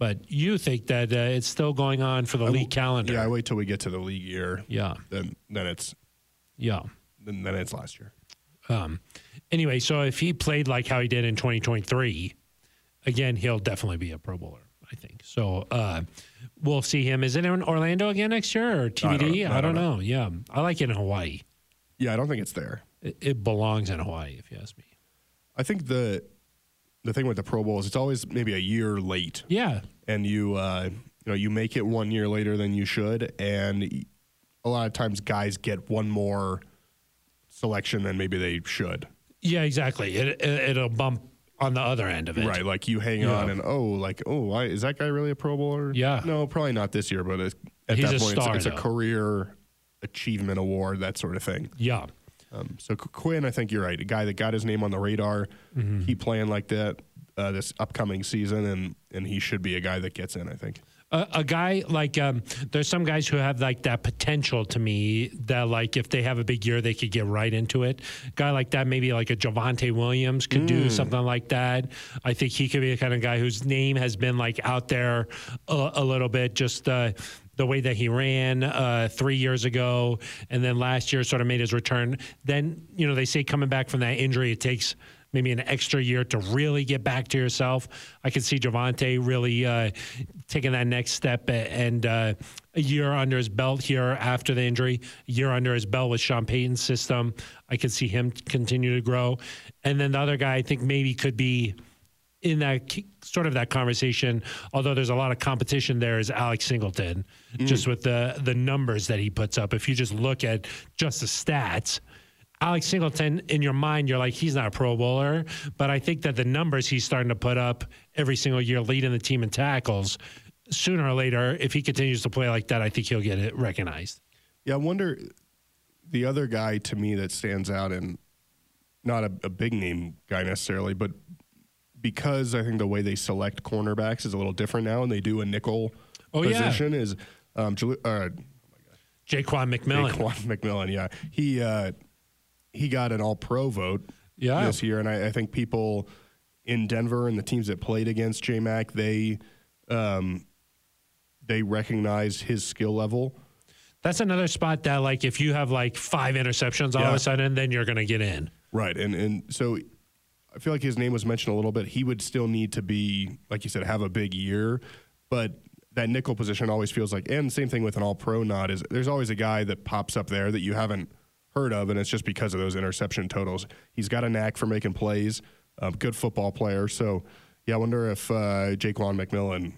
A: But you think that uh, it's still going on for the league calendar?
B: Yeah, I wait till we get to the league year.
A: Yeah.
B: Then then it's
A: Yeah.
B: and then it's last year.
A: Um, anyway, so if he played like how he did in 2023, again, he'll definitely be a Pro Bowler, I think. So uh, we'll see him. Is it in Orlando again next year or TBD? I don't,
B: I don't
A: know. Yeah. I like it in Hawaii.
B: Yeah, I don't think it's there.
A: It, it belongs in Hawaii, if you ask me.
B: I think the the thing with the Pro Bowl is it's always maybe a year late,
A: Yeah.
B: and you uh, you know you make it one year later than you should, and a lot of times guys get one more selection than maybe they should.
A: Yeah, exactly. It, it, it'll bump on the other end of it.
B: Right, like you hang
A: Yeah.
B: on and oh, like oh, why is that guy really a Pro Bowler?
A: Yeah.
B: no, probably not this year, but it's, at
A: He's
B: that
A: a
B: point,
A: star,
B: it's, it's
A: though.
B: a career achievement award, that sort of thing.
A: Yeah.
B: Um, so Qu- Quinn, I think you're right. A guy that got his name on the radar, he playing like that uh, this upcoming season, and and he should be a guy that gets in. I think.
A: a, a guy like um, there's some guys who have like that potential to me that like if they have a big year they could get right into it. Guy like that maybe like a Javante Williams could do something like that. I think he could be the kind of guy whose name has been like out there a, a little bit. Just uh, the way that he ran uh, three years ago and then last year sort of made his return. Then you know they say coming back from that injury it takes maybe an extra year to really get back to yourself. I could see Javante really uh, taking that next step a- and uh, a year under his belt here after the injury, a year under his belt with Sean Payton's system. I could see him continue to grow. And then the other guy I think maybe could be in that k- sort of that conversation, although there's a lot of competition there, is Alex Singleton, just with the the numbers that he puts up. If you just look at just the stats, Alex Singleton, in your mind, you're like he's not a Pro Bowler, but I think that the numbers he's starting to put up every single year, leading the team in tackles. Sooner or later, if he continues to play like that, I think he'll get it recognized.
B: Yeah, I wonder. The other guy to me that stands out, and not a, a big name guy necessarily, but because I think the way they select cornerbacks is a little different now, and they do a nickel
A: Oh, yeah.
B: position is um, Jale- uh,
A: Jaquan McMillan.
B: Daquan McMillan. Yeah, he uh, he got an All Pro vote
A: Yeah.
B: this year, and I, I think people in Denver and the teams that played against J Mac, they um, they recognized his skill level.
A: That's another spot that, like, if you have like five interceptions all of
B: Yeah.
A: a sudden, then you're going to get in.
B: Right, and and so I feel like his name was mentioned a little bit. He would still need to be, like you said, have a big year, but that nickel position always feels like. And same thing with an All Pro nod is there's always a guy that pops up there that you haven't heard of, and it's just because of those interception totals. He's got a knack for making plays. Um, good football player. So yeah, I wonder if uh, Jaquan McMillan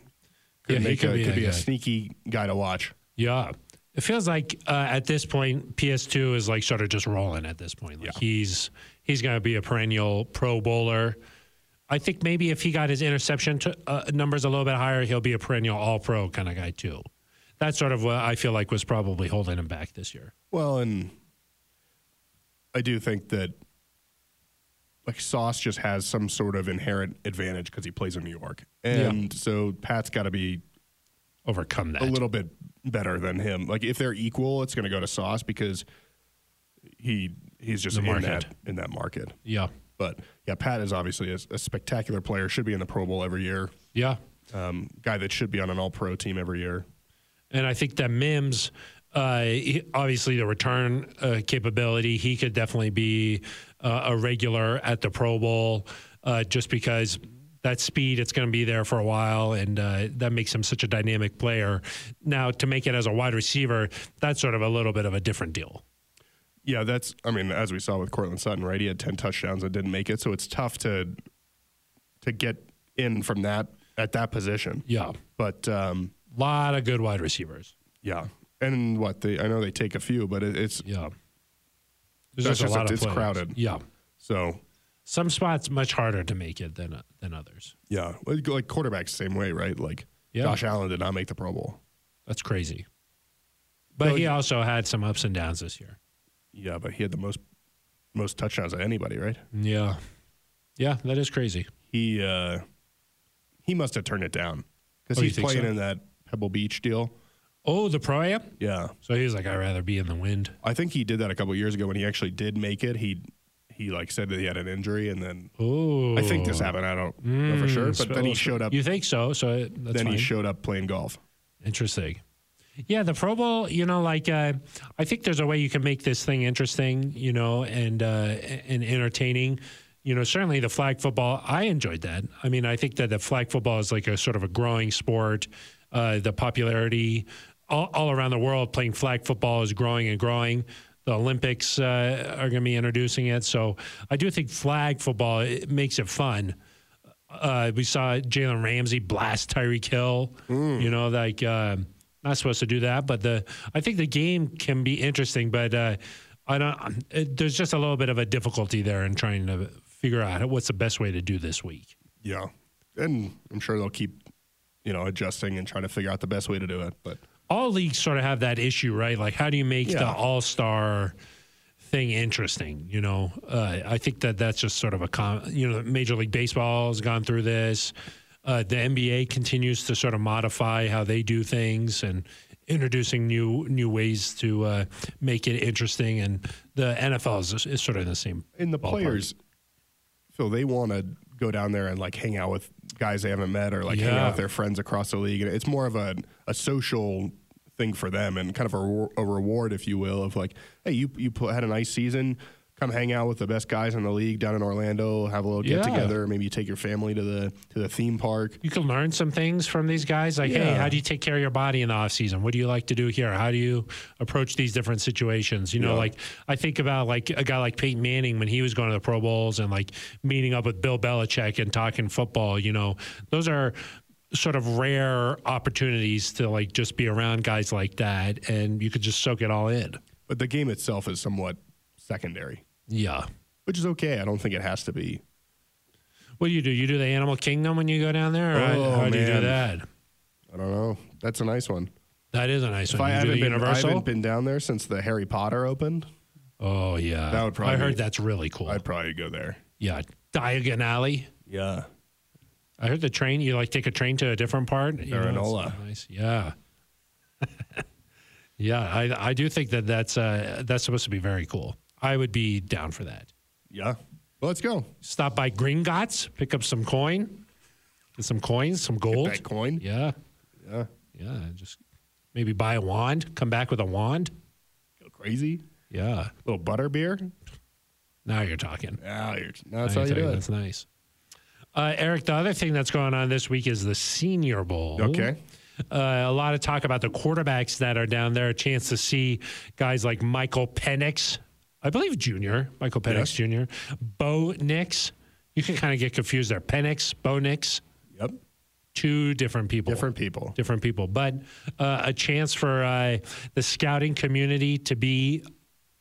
B: could
A: Yeah, he
B: make
A: could
B: a,
A: be
B: could
A: that
B: be
A: guy.
B: a sneaky guy to watch.
A: Yeah. It feels like uh, at this point, PS2 is like sort of just rolling at this point. Like he's he's going to be a perennial Pro Bowler. I think maybe if he got his interception to, uh, numbers a little bit higher, he'll be a perennial All Pro kind of guy too. That's sort of what I feel like was probably holding him back this year.
B: Well, and I do think that like Sauce just has some sort of inherent advantage because he plays in New York, and so Pat's got to be
A: Overcome that.
B: a little bit better than him. Like if they're equal, it's going to go to Sauce because he he's just
A: The
B: in
A: market.
B: that in that market.
A: yeah.
B: But yeah, Pat is obviously a, a spectacular player. Should be in the Pro Bowl every year.
A: Yeah.
B: Um, guy that should be on an All Pro team every year.
A: And I think that Mims, uh, he- obviously the return uh, capability, he could definitely be uh, a regular at the Pro Bowl uh, just because that speed, it's going to be there for a while. And uh, that makes him such a dynamic player. Now, to make it as a wide receiver, that's sort of a little bit of a different deal.
B: Yeah, that's. I mean, as we saw with Cortland Sutton, right? He had ten touchdowns and didn't make it, so it's tough to to get in from that at that position.
A: Yeah.
B: But um,
A: lot of good wide receivers.
B: yeah, and what they I know they take a few, but it, it's
A: Yeah. There's
B: That's
A: just a
B: just
A: lot
B: that
A: of
B: it's
A: players.
B: crowded.
A: Yeah.
B: so
A: Some spots much harder to make it than than others.
B: yeah. Like like quarterbacks, same way, right? Like
A: Yeah.
B: Josh Allen did not make the Pro Bowl.
A: That's crazy. But
B: No,
A: he
B: you-
A: also had some ups and downs this year.
B: Yeah, but he had the most most touchdowns of anybody, right?
A: Yeah. Yeah, that is crazy.
B: He uh, he must have turned it down because
A: Oh, you
B: he's
A: think
B: playing
A: so?
B: in that Pebble Beach deal.
A: Oh, the pro am?
B: Yeah,
A: So he was like, I'd rather be in the wind.
B: I think he did that a couple years ago when he actually did make it. He he like said that he had an injury and then
A: Oh.
B: I think this happened. I don't know
A: Mm,
B: for sure, but then he showed up.
A: You think so? So it- that's
B: Then
A: fine.
B: he showed up playing golf.
A: Interesting. Yeah, the Pro Bowl, you know, like uh, I think there's a way you can make this thing interesting, you know, and uh, and entertaining. You know, certainly the flag football, I enjoyed that. I mean, I think that the flag football is like a sort of a growing sport. Uh, the popularity all, all around the world playing flag football is growing and growing. The Olympics uh, are going to be introducing it. So I do think flag football it makes it fun uh, we saw Jalen Ramsey blast Tyreek Hill. You know, like uh, not supposed to do that, but the I think the game can be interesting, but uh, I don't. It, there's just a little bit of a difficulty there in trying to figure out what's the best way to do this week.
B: Yeah. And I'm sure they'll keep, you know, adjusting and trying to figure out the best way to do it. But
A: All leagues sort of have that issue, right? Like, how do you make the
B: Yeah.
A: All Star thing interesting? You know, uh, I think that that's just sort of a com- you know, Major League Baseball has gone through this. Uh, the NBA continues to sort of modify how they do things and introducing new new ways to uh, make it interesting. And the NFL is, is sort of in the same.
B: in the
A: ballpark.
B: players, Phil, they want to go down there and like hang out with guys they haven't met or like hang
A: Yeah.
B: out with their friends across the league. And it's more of a, a social thing for them and kind of a, re- a reward, if you will, of like, hey, you, you put, had a nice season. Come hang out with the best guys in the league down in Orlando. Have a little
A: Yeah.
B: get together. Maybe you take your family to the to the theme park.
A: you can learn some things from these guys like hey
B: Yeah.
A: how do you take care of your body in the off season what do you like to do here how do you approach these different situations you know
B: Yeah.
A: like i think about like a guy like peyton manning when he was going to the pro bowls and like meeting up with bill belichick and talking football you know those are sort of rare opportunities to like just be around guys like that and you could just soak it all in
B: But the game itself is somewhat secondary,
A: yeah
B: which is okay. I don't think it has to be
A: what do you do you do the animal kingdom when you go down there or
B: Oh,
A: how do you do
B: man.
A: that
B: I don't know. That's a nice one.
A: that is a nice
B: If
A: one
B: I
A: You do
B: haven't,
A: the
B: been, I
A: universal
B: haven't been down there since the Harry Potter opened,
A: Oh yeah,
B: That would probably
A: I heard
B: be-
A: that's really cool.
B: I'd probably go there.
A: yeah, Diagon Alley.
B: Yeah.
A: I heard the train. You like take a train to a different part. You it's
B: Baranola.
A: Nice. Yeah. yeah, I I do think that that's uh that's supposed to be very cool. I would be down for that.
B: Yeah. Well, let's go.
A: Stop by Gringotts, pick up some coin, get some coins, some gold.
B: That coin.
A: Yeah,
B: Yeah.
A: yeah. Just maybe buy a wand. Come back with a wand.
B: Go crazy.
A: Yeah.
B: little butter beer.
A: Now you're talking.
B: Yeah. You're, no, that's
A: Now
B: how
A: you're
B: you do
A: talking.
B: it.
A: That's nice. Uh, Eric, the other thing that's going on this week is the Senior Bowl.
B: Okay.
A: uh, a lot of talk about the quarterbacks that are down there. A chance to see guys like Michael Penix, I believe junior, Michael Penix junior, Bo Nix. You can kind of get confused there. Penix, Bo Nix,
B: Yep.
A: two different people.
B: Different people.
A: Different people, but uh, a chance for uh, the scouting community to be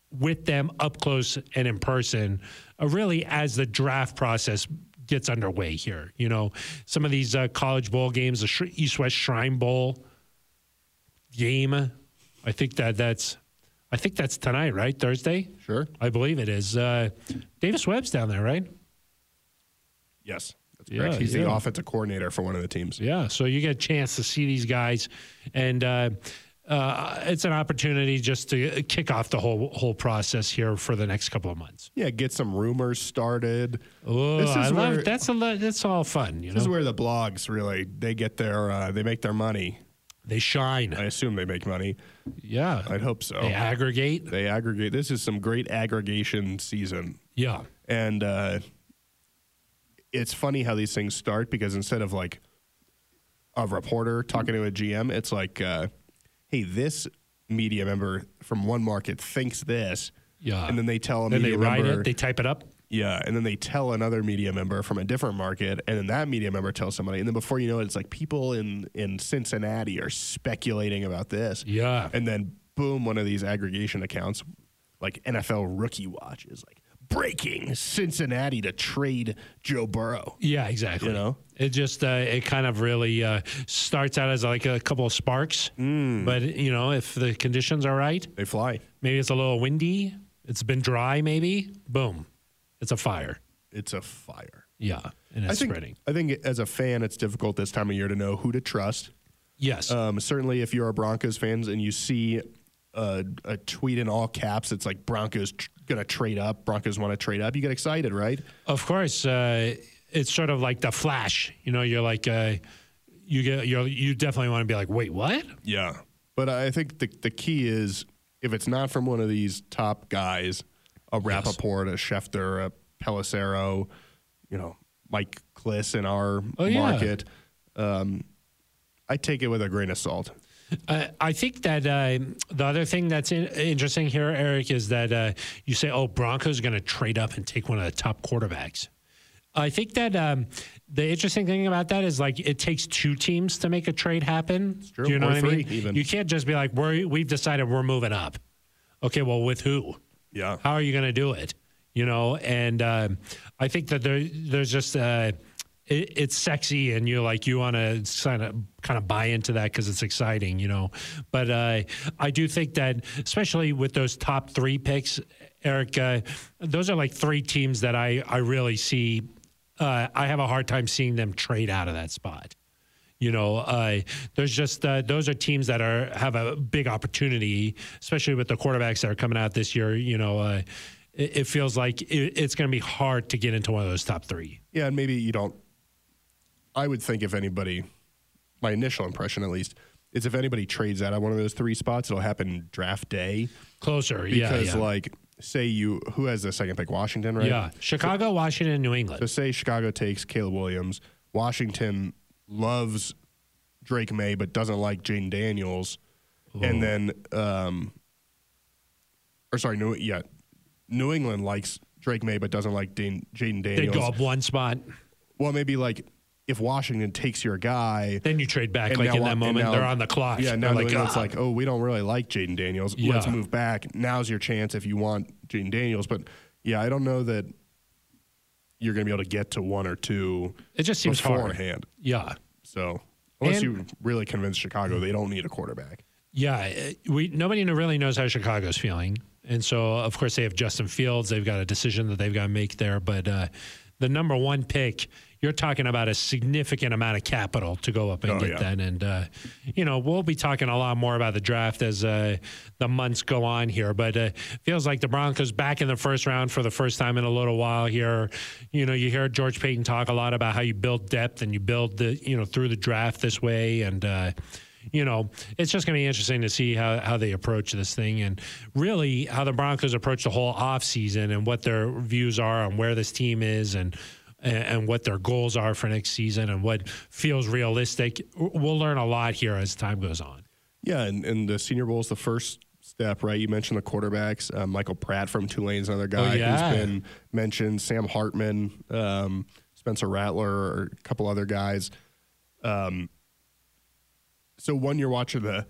A: with them up close and in person, uh, really as the draft process gets underway here. You know, some of these uh, college bowl games, the Shri- East West Shrine Bowl game, I think that that's, I think that's tonight, right? Thursday,
B: Sure.
A: I believe it is. Uh, Davis Webb's down there, right?
B: Yes. That's
A: Yeah,
B: correct. He's the
A: yeah.
B: offensive coordinator for one of the teams.
A: Yeah, so you get a chance to see these guys, and uh, uh, it's an opportunity just to kick off the whole whole process here for the next couple of months.
B: Yeah. Get some rumors started.
A: Oh,
B: This is
A: I
B: where-
A: love that's a lo- that's all fun, you
B: This is
A: know.
B: where the blogs really they get their uh, they make their money.
A: They shine.
B: I assume they make money.
A: Yeah,
B: I'd hope so.
A: they aggregate.
B: They aggregate. This is some great aggregation season.
A: Yeah,
B: And uh, it's funny how these things start because instead of like a reporter talking to a GM, it's like, uh, hey, this media member from one market thinks this.
A: Yeah.
B: And then they tell a
A: then they
B: media
A: write
B: member.
A: it. They type it up.
B: yeah. And then they tell another media member from a different market. And then that media member tells somebody. And then before you know it, it's like people in, in Cincinnati are speculating about this.
A: Yeah,
B: And then boom, one of these aggregation accounts, like NFL Rookie Watch, is like breaking Cincinnati to trade Joe Burrow.
A: yeah, exactly.
B: You know?
A: it just uh, it kind of really uh, starts out as like a couple of sparks,
B: Mm.
A: but you know, if the conditions are right,
B: They fly.
A: Maybe it's a little windy. It's been dry, maybe. Boom. It's a fire.
B: It's a fire.
A: Yeah. And it's
B: I think.
A: spreading.
B: I think as a fan, it's difficult this time of year to know who to trust.
A: Yes.
B: Um, certainly, if you're a Broncos fans and you see a, a tweet in all caps, it's like Broncos tr- gonna trade up. Broncos want to trade up. You get excited, right?
A: of course, uh, it's sort of like the flash. You know, you're like, uh, you get, you're, you definitely want to be like, wait, what?
B: Yeah. But I think the, the key is if it's not from one of these top guys, a Rappaport, a Schefter, a Pelissero, you know, Mike Kliss in our
A: Oh, yeah.
B: market, um, I take it with a grain of salt.
A: Uh, I think that uh, the other thing that's in- interesting here, Eric, is that uh, you say, "Oh, Broncos going to trade up and take one of the top quarterbacks." I think that um, the interesting thing about that is like it takes two teams to make a trade happen.
B: true.
A: Do you know
B: Or
A: what I
B: three,
A: mean?
B: even.
A: You can't just be like, "We're we've decided we're moving up." Okay, well, with who?
B: Yeah.
A: How are you going to do it? You know, and um, I think that there, there's just uh, it, it's sexy, and you like you want to kind of kind of buy into that because it's exciting, you know. But uh, I do think that, especially with those top three picks, Eric, uh, those are like three teams that I I really see. Uh, I have a hard time seeing them trade out of that spot. You know, uh, there's just uh, those are teams that are have a big opportunity, especially with the quarterbacks that are coming out this year. You know, uh, it, it feels like it, it's going to be hard to get into one of those top three.
B: Yeah, and maybe you don't. I would think if anybody, my initial impression at least, is if anybody trades out of one of those three spots, it'll happen draft day.
A: Closer,
B: Because,
A: yeah, yeah.
B: like, say you, who has the second pick? Washington, right?
A: yeah. Chicago, Washington, New
B: So
A: England.
B: say Chicago takes Caleb Williams. Washington loves Drake May but doesn't like Jane Daniels. And then um or sorry, New yeah. New England likes Drake May but doesn't like Dan, Jaden
A: They
B: Daniels.
A: go up one spot,
B: Well, maybe like if Washington takes your guy
A: then you trade back.
B: and
A: like
B: now-
A: in that
B: and
A: moment,
B: now-
A: they're on the clock.
B: Yeah, now
A: They're
B: New England's
A: "Ah."
B: like, oh, we don't really like Jaden Daniels. Let's
A: Yeah.
B: move back. Now's your chance if you want Jaden Daniels. But yeah, I don't know that you're going to be able to get to one or two
A: it just seems hard.
B: beforehand.
A: Yeah.
B: So unless
A: And-
B: you really convince Chicago they don't need a quarterback,
A: Yeah, uh, we nobody kn- really knows how Chicago's feeling, and so of course they have Justin Fields. They've got a decision that they've got to make there, but uh, the number one pick, you're talking about a significant amount of capital to go up and
B: Oh,
A: get
B: yeah.
A: that, and uh, you know we'll be talking a lot more about the draft as uh, the months go on here. But uh, feels like the Broncos back in the first round for the first time in a little while here. You know, you hear George Payton talk a lot about how you build depth and you build the you know through the draft this way and. Uh, you know, it's just going to be interesting to see how, how they approach this thing and really how the Broncos approach the whole offseason and what their views are on where this team is and and- and what their goals are for next season and what feels realistic. We'll learn a lot here as time goes on.
B: yeah, and, and the Senior Bowl is the first step, right? You mentioned the quarterbacks. Uh, Michael Pratt from Tulane's another guy
A: yeah.
B: who's been mentioned. Sam Hartman, um, Spencer Rattler, or a couple other guys. Um, so one, you're watching the.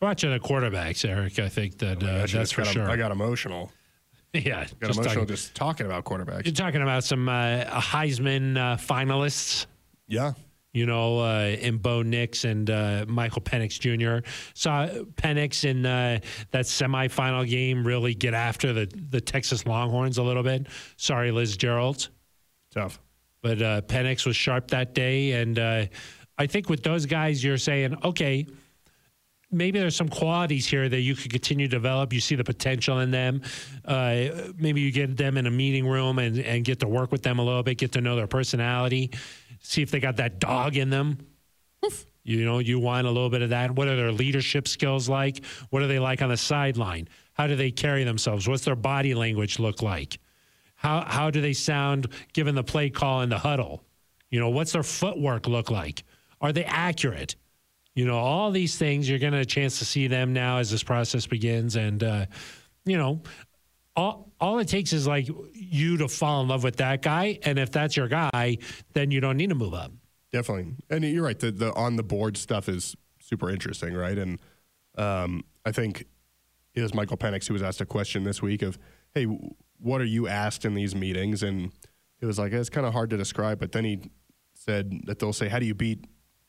A: Watching the quarterbacks, Eric, I think that
B: I
A: uh,
B: just
A: that's for
B: got em-
A: sure.
B: I got emotional.
A: yeah,
B: Got
A: just
B: emotional
A: talking,
B: just talking about quarterbacks.
A: you're talking about some uh, Heisman uh, finalists.
B: Yeah,
A: you know, uh, in Bo Nix and uh, Michael Penix Jr. Saw Penix in uh, that semifinal game really get after the, the Texas Longhorns a little bit. Sorry, Liz Gerald.
B: tough.
A: But uh, Penix was sharp that day. And uh, I think with those guys, you're saying, okay, maybe there's some qualities here that you could continue to develop. You see the potential in them. Uh, maybe you get them in a meeting room and, and get to work with them a little bit, get to know their personality, see if they got that dog in them. You know, you want a little bit of that. What are their leadership skills like? What are they like on the sideline? How do they carry themselves? What's their body language look like? How how do they sound given the play call in the huddle? You know, what's their footwork look like? Are they accurate? You know, all these things you're going to a chance to see them now as this process begins, and uh, you know, all all it takes is like you to fall in love with that guy, and if that's your guy, then you don't need to move up.
B: Definitely, and you're right. The the on the board stuff is super interesting, right? And um, I think it was Michael Penix who was asked a question this week of, "Hey, w- what are you asked in these meetings?" And it was like it's kind of hard to describe. But then he said that they'll say, "How do you beat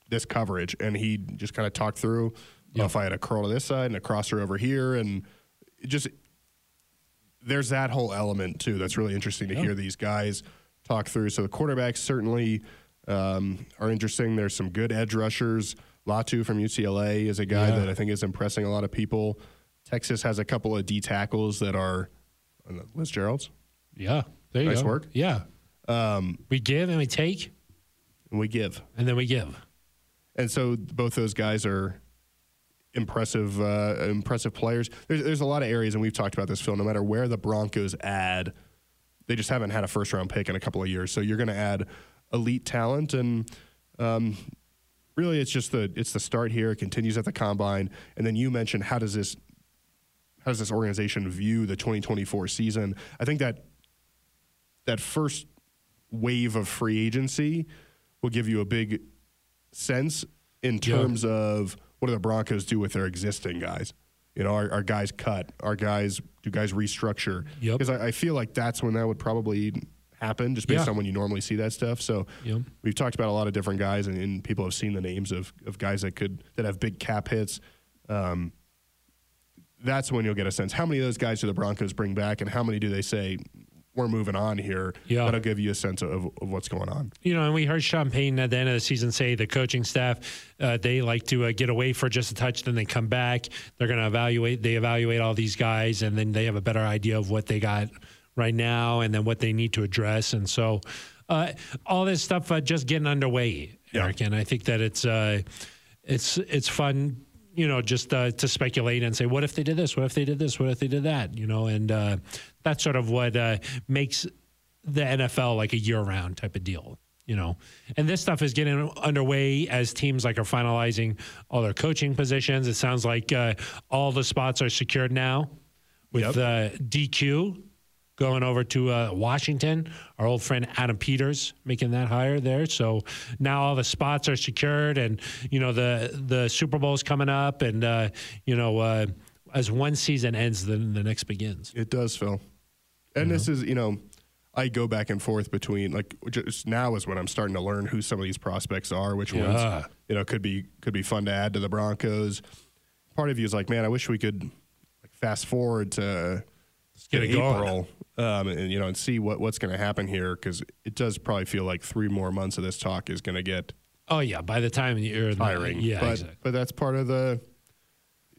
B: this coverage?" And he just kind of talked through well, if I had a curl to this side and a crosser over here, and it just there's that whole element too that's really interesting to hear these guys talk through. So the quarterbacks certainly um, are interesting. There's some good edge rushers. Latu from UCLA is a guy
A: Yeah.
B: that I think is impressing a lot of people. Texas has a couple of D tackles that are uh, Liz Gerald's.
A: Yeah, there you
B: Nice
A: go.
B: work. Um,
A: Yeah, we give and we take,
B: and we give.
A: and then we give.
B: And so both those guys are impressive uh, impressive players. There's, there's a lot of areas, and we've talked about this, Phil. No matter where the Broncos add, they just haven't had a first round pick in a couple of years. So you're going to add elite talent, and um, really, it's just the it's the start here. It continues at the combine, and then you mentioned how does this how does this organization view the 2024 season? I think that that first wave of free agency will give you a big sense in
A: Yeah.
B: terms of what do the Broncos do with their existing guys? You know, are, are guys cut? Are guys do guys restructure?
A: Yep.
B: Because I, I feel like that's when that would probably happen, just based
A: Yeah.
B: on when you normally see that stuff. So
A: Yep.
B: we've talked about a lot of different guys, and, and people have seen the names of, of guys that could that have big cap hits. Um, that's when you'll get a sense how many of those guys do the Broncos bring back, and how many do they say we're moving on here.
A: Yeah.
B: That'll give you a sense of, of what's going on.
A: you know, and we heard Sean Payton at the end of the season say the coaching staff uh, they like to uh, get away for just a touch, then they come back. They're going to evaluate. They evaluate all these guys, and then they have a better idea of what they got right now, and then what they need to address. And so, uh, all this stuff uh, just getting underway,
B: Yeah.
A: Eric. And I think that it's uh, it's it's fun, you know, just uh, to speculate and say, what if they did this? What if they did this? What if they did that? You know, and uh, that's sort of what uh, makes the NFL like a year-round type of deal. You know, and this stuff is getting underway as teams like are finalizing all their coaching positions. It sounds like uh, all the spots are secured now with uh, DQ going over to uh, Washington. Our old friend Adam Peters making that hire there. So now all the spots are secured, and you know the the Super Bowl is coming up, and uh, you know uh, as one season ends, then the next begins.
B: It does, Phil. And this is, you know, I go back and forth between like just now is when I'm starting to learn who some of these prospects are, which
A: Yeah.
B: ones you know could be could be fun to add to the Broncos. Part of you is like, man, I wish we could like fast forward to
A: get it going.
B: April, um, and you know, and see what what's going to happen here because it does probably feel like three more months of this talk is going to get
A: Oh yeah, by the time you're
B: tiring.
A: Uh, yeah,
B: but
A: exactly.
B: but that's part of the,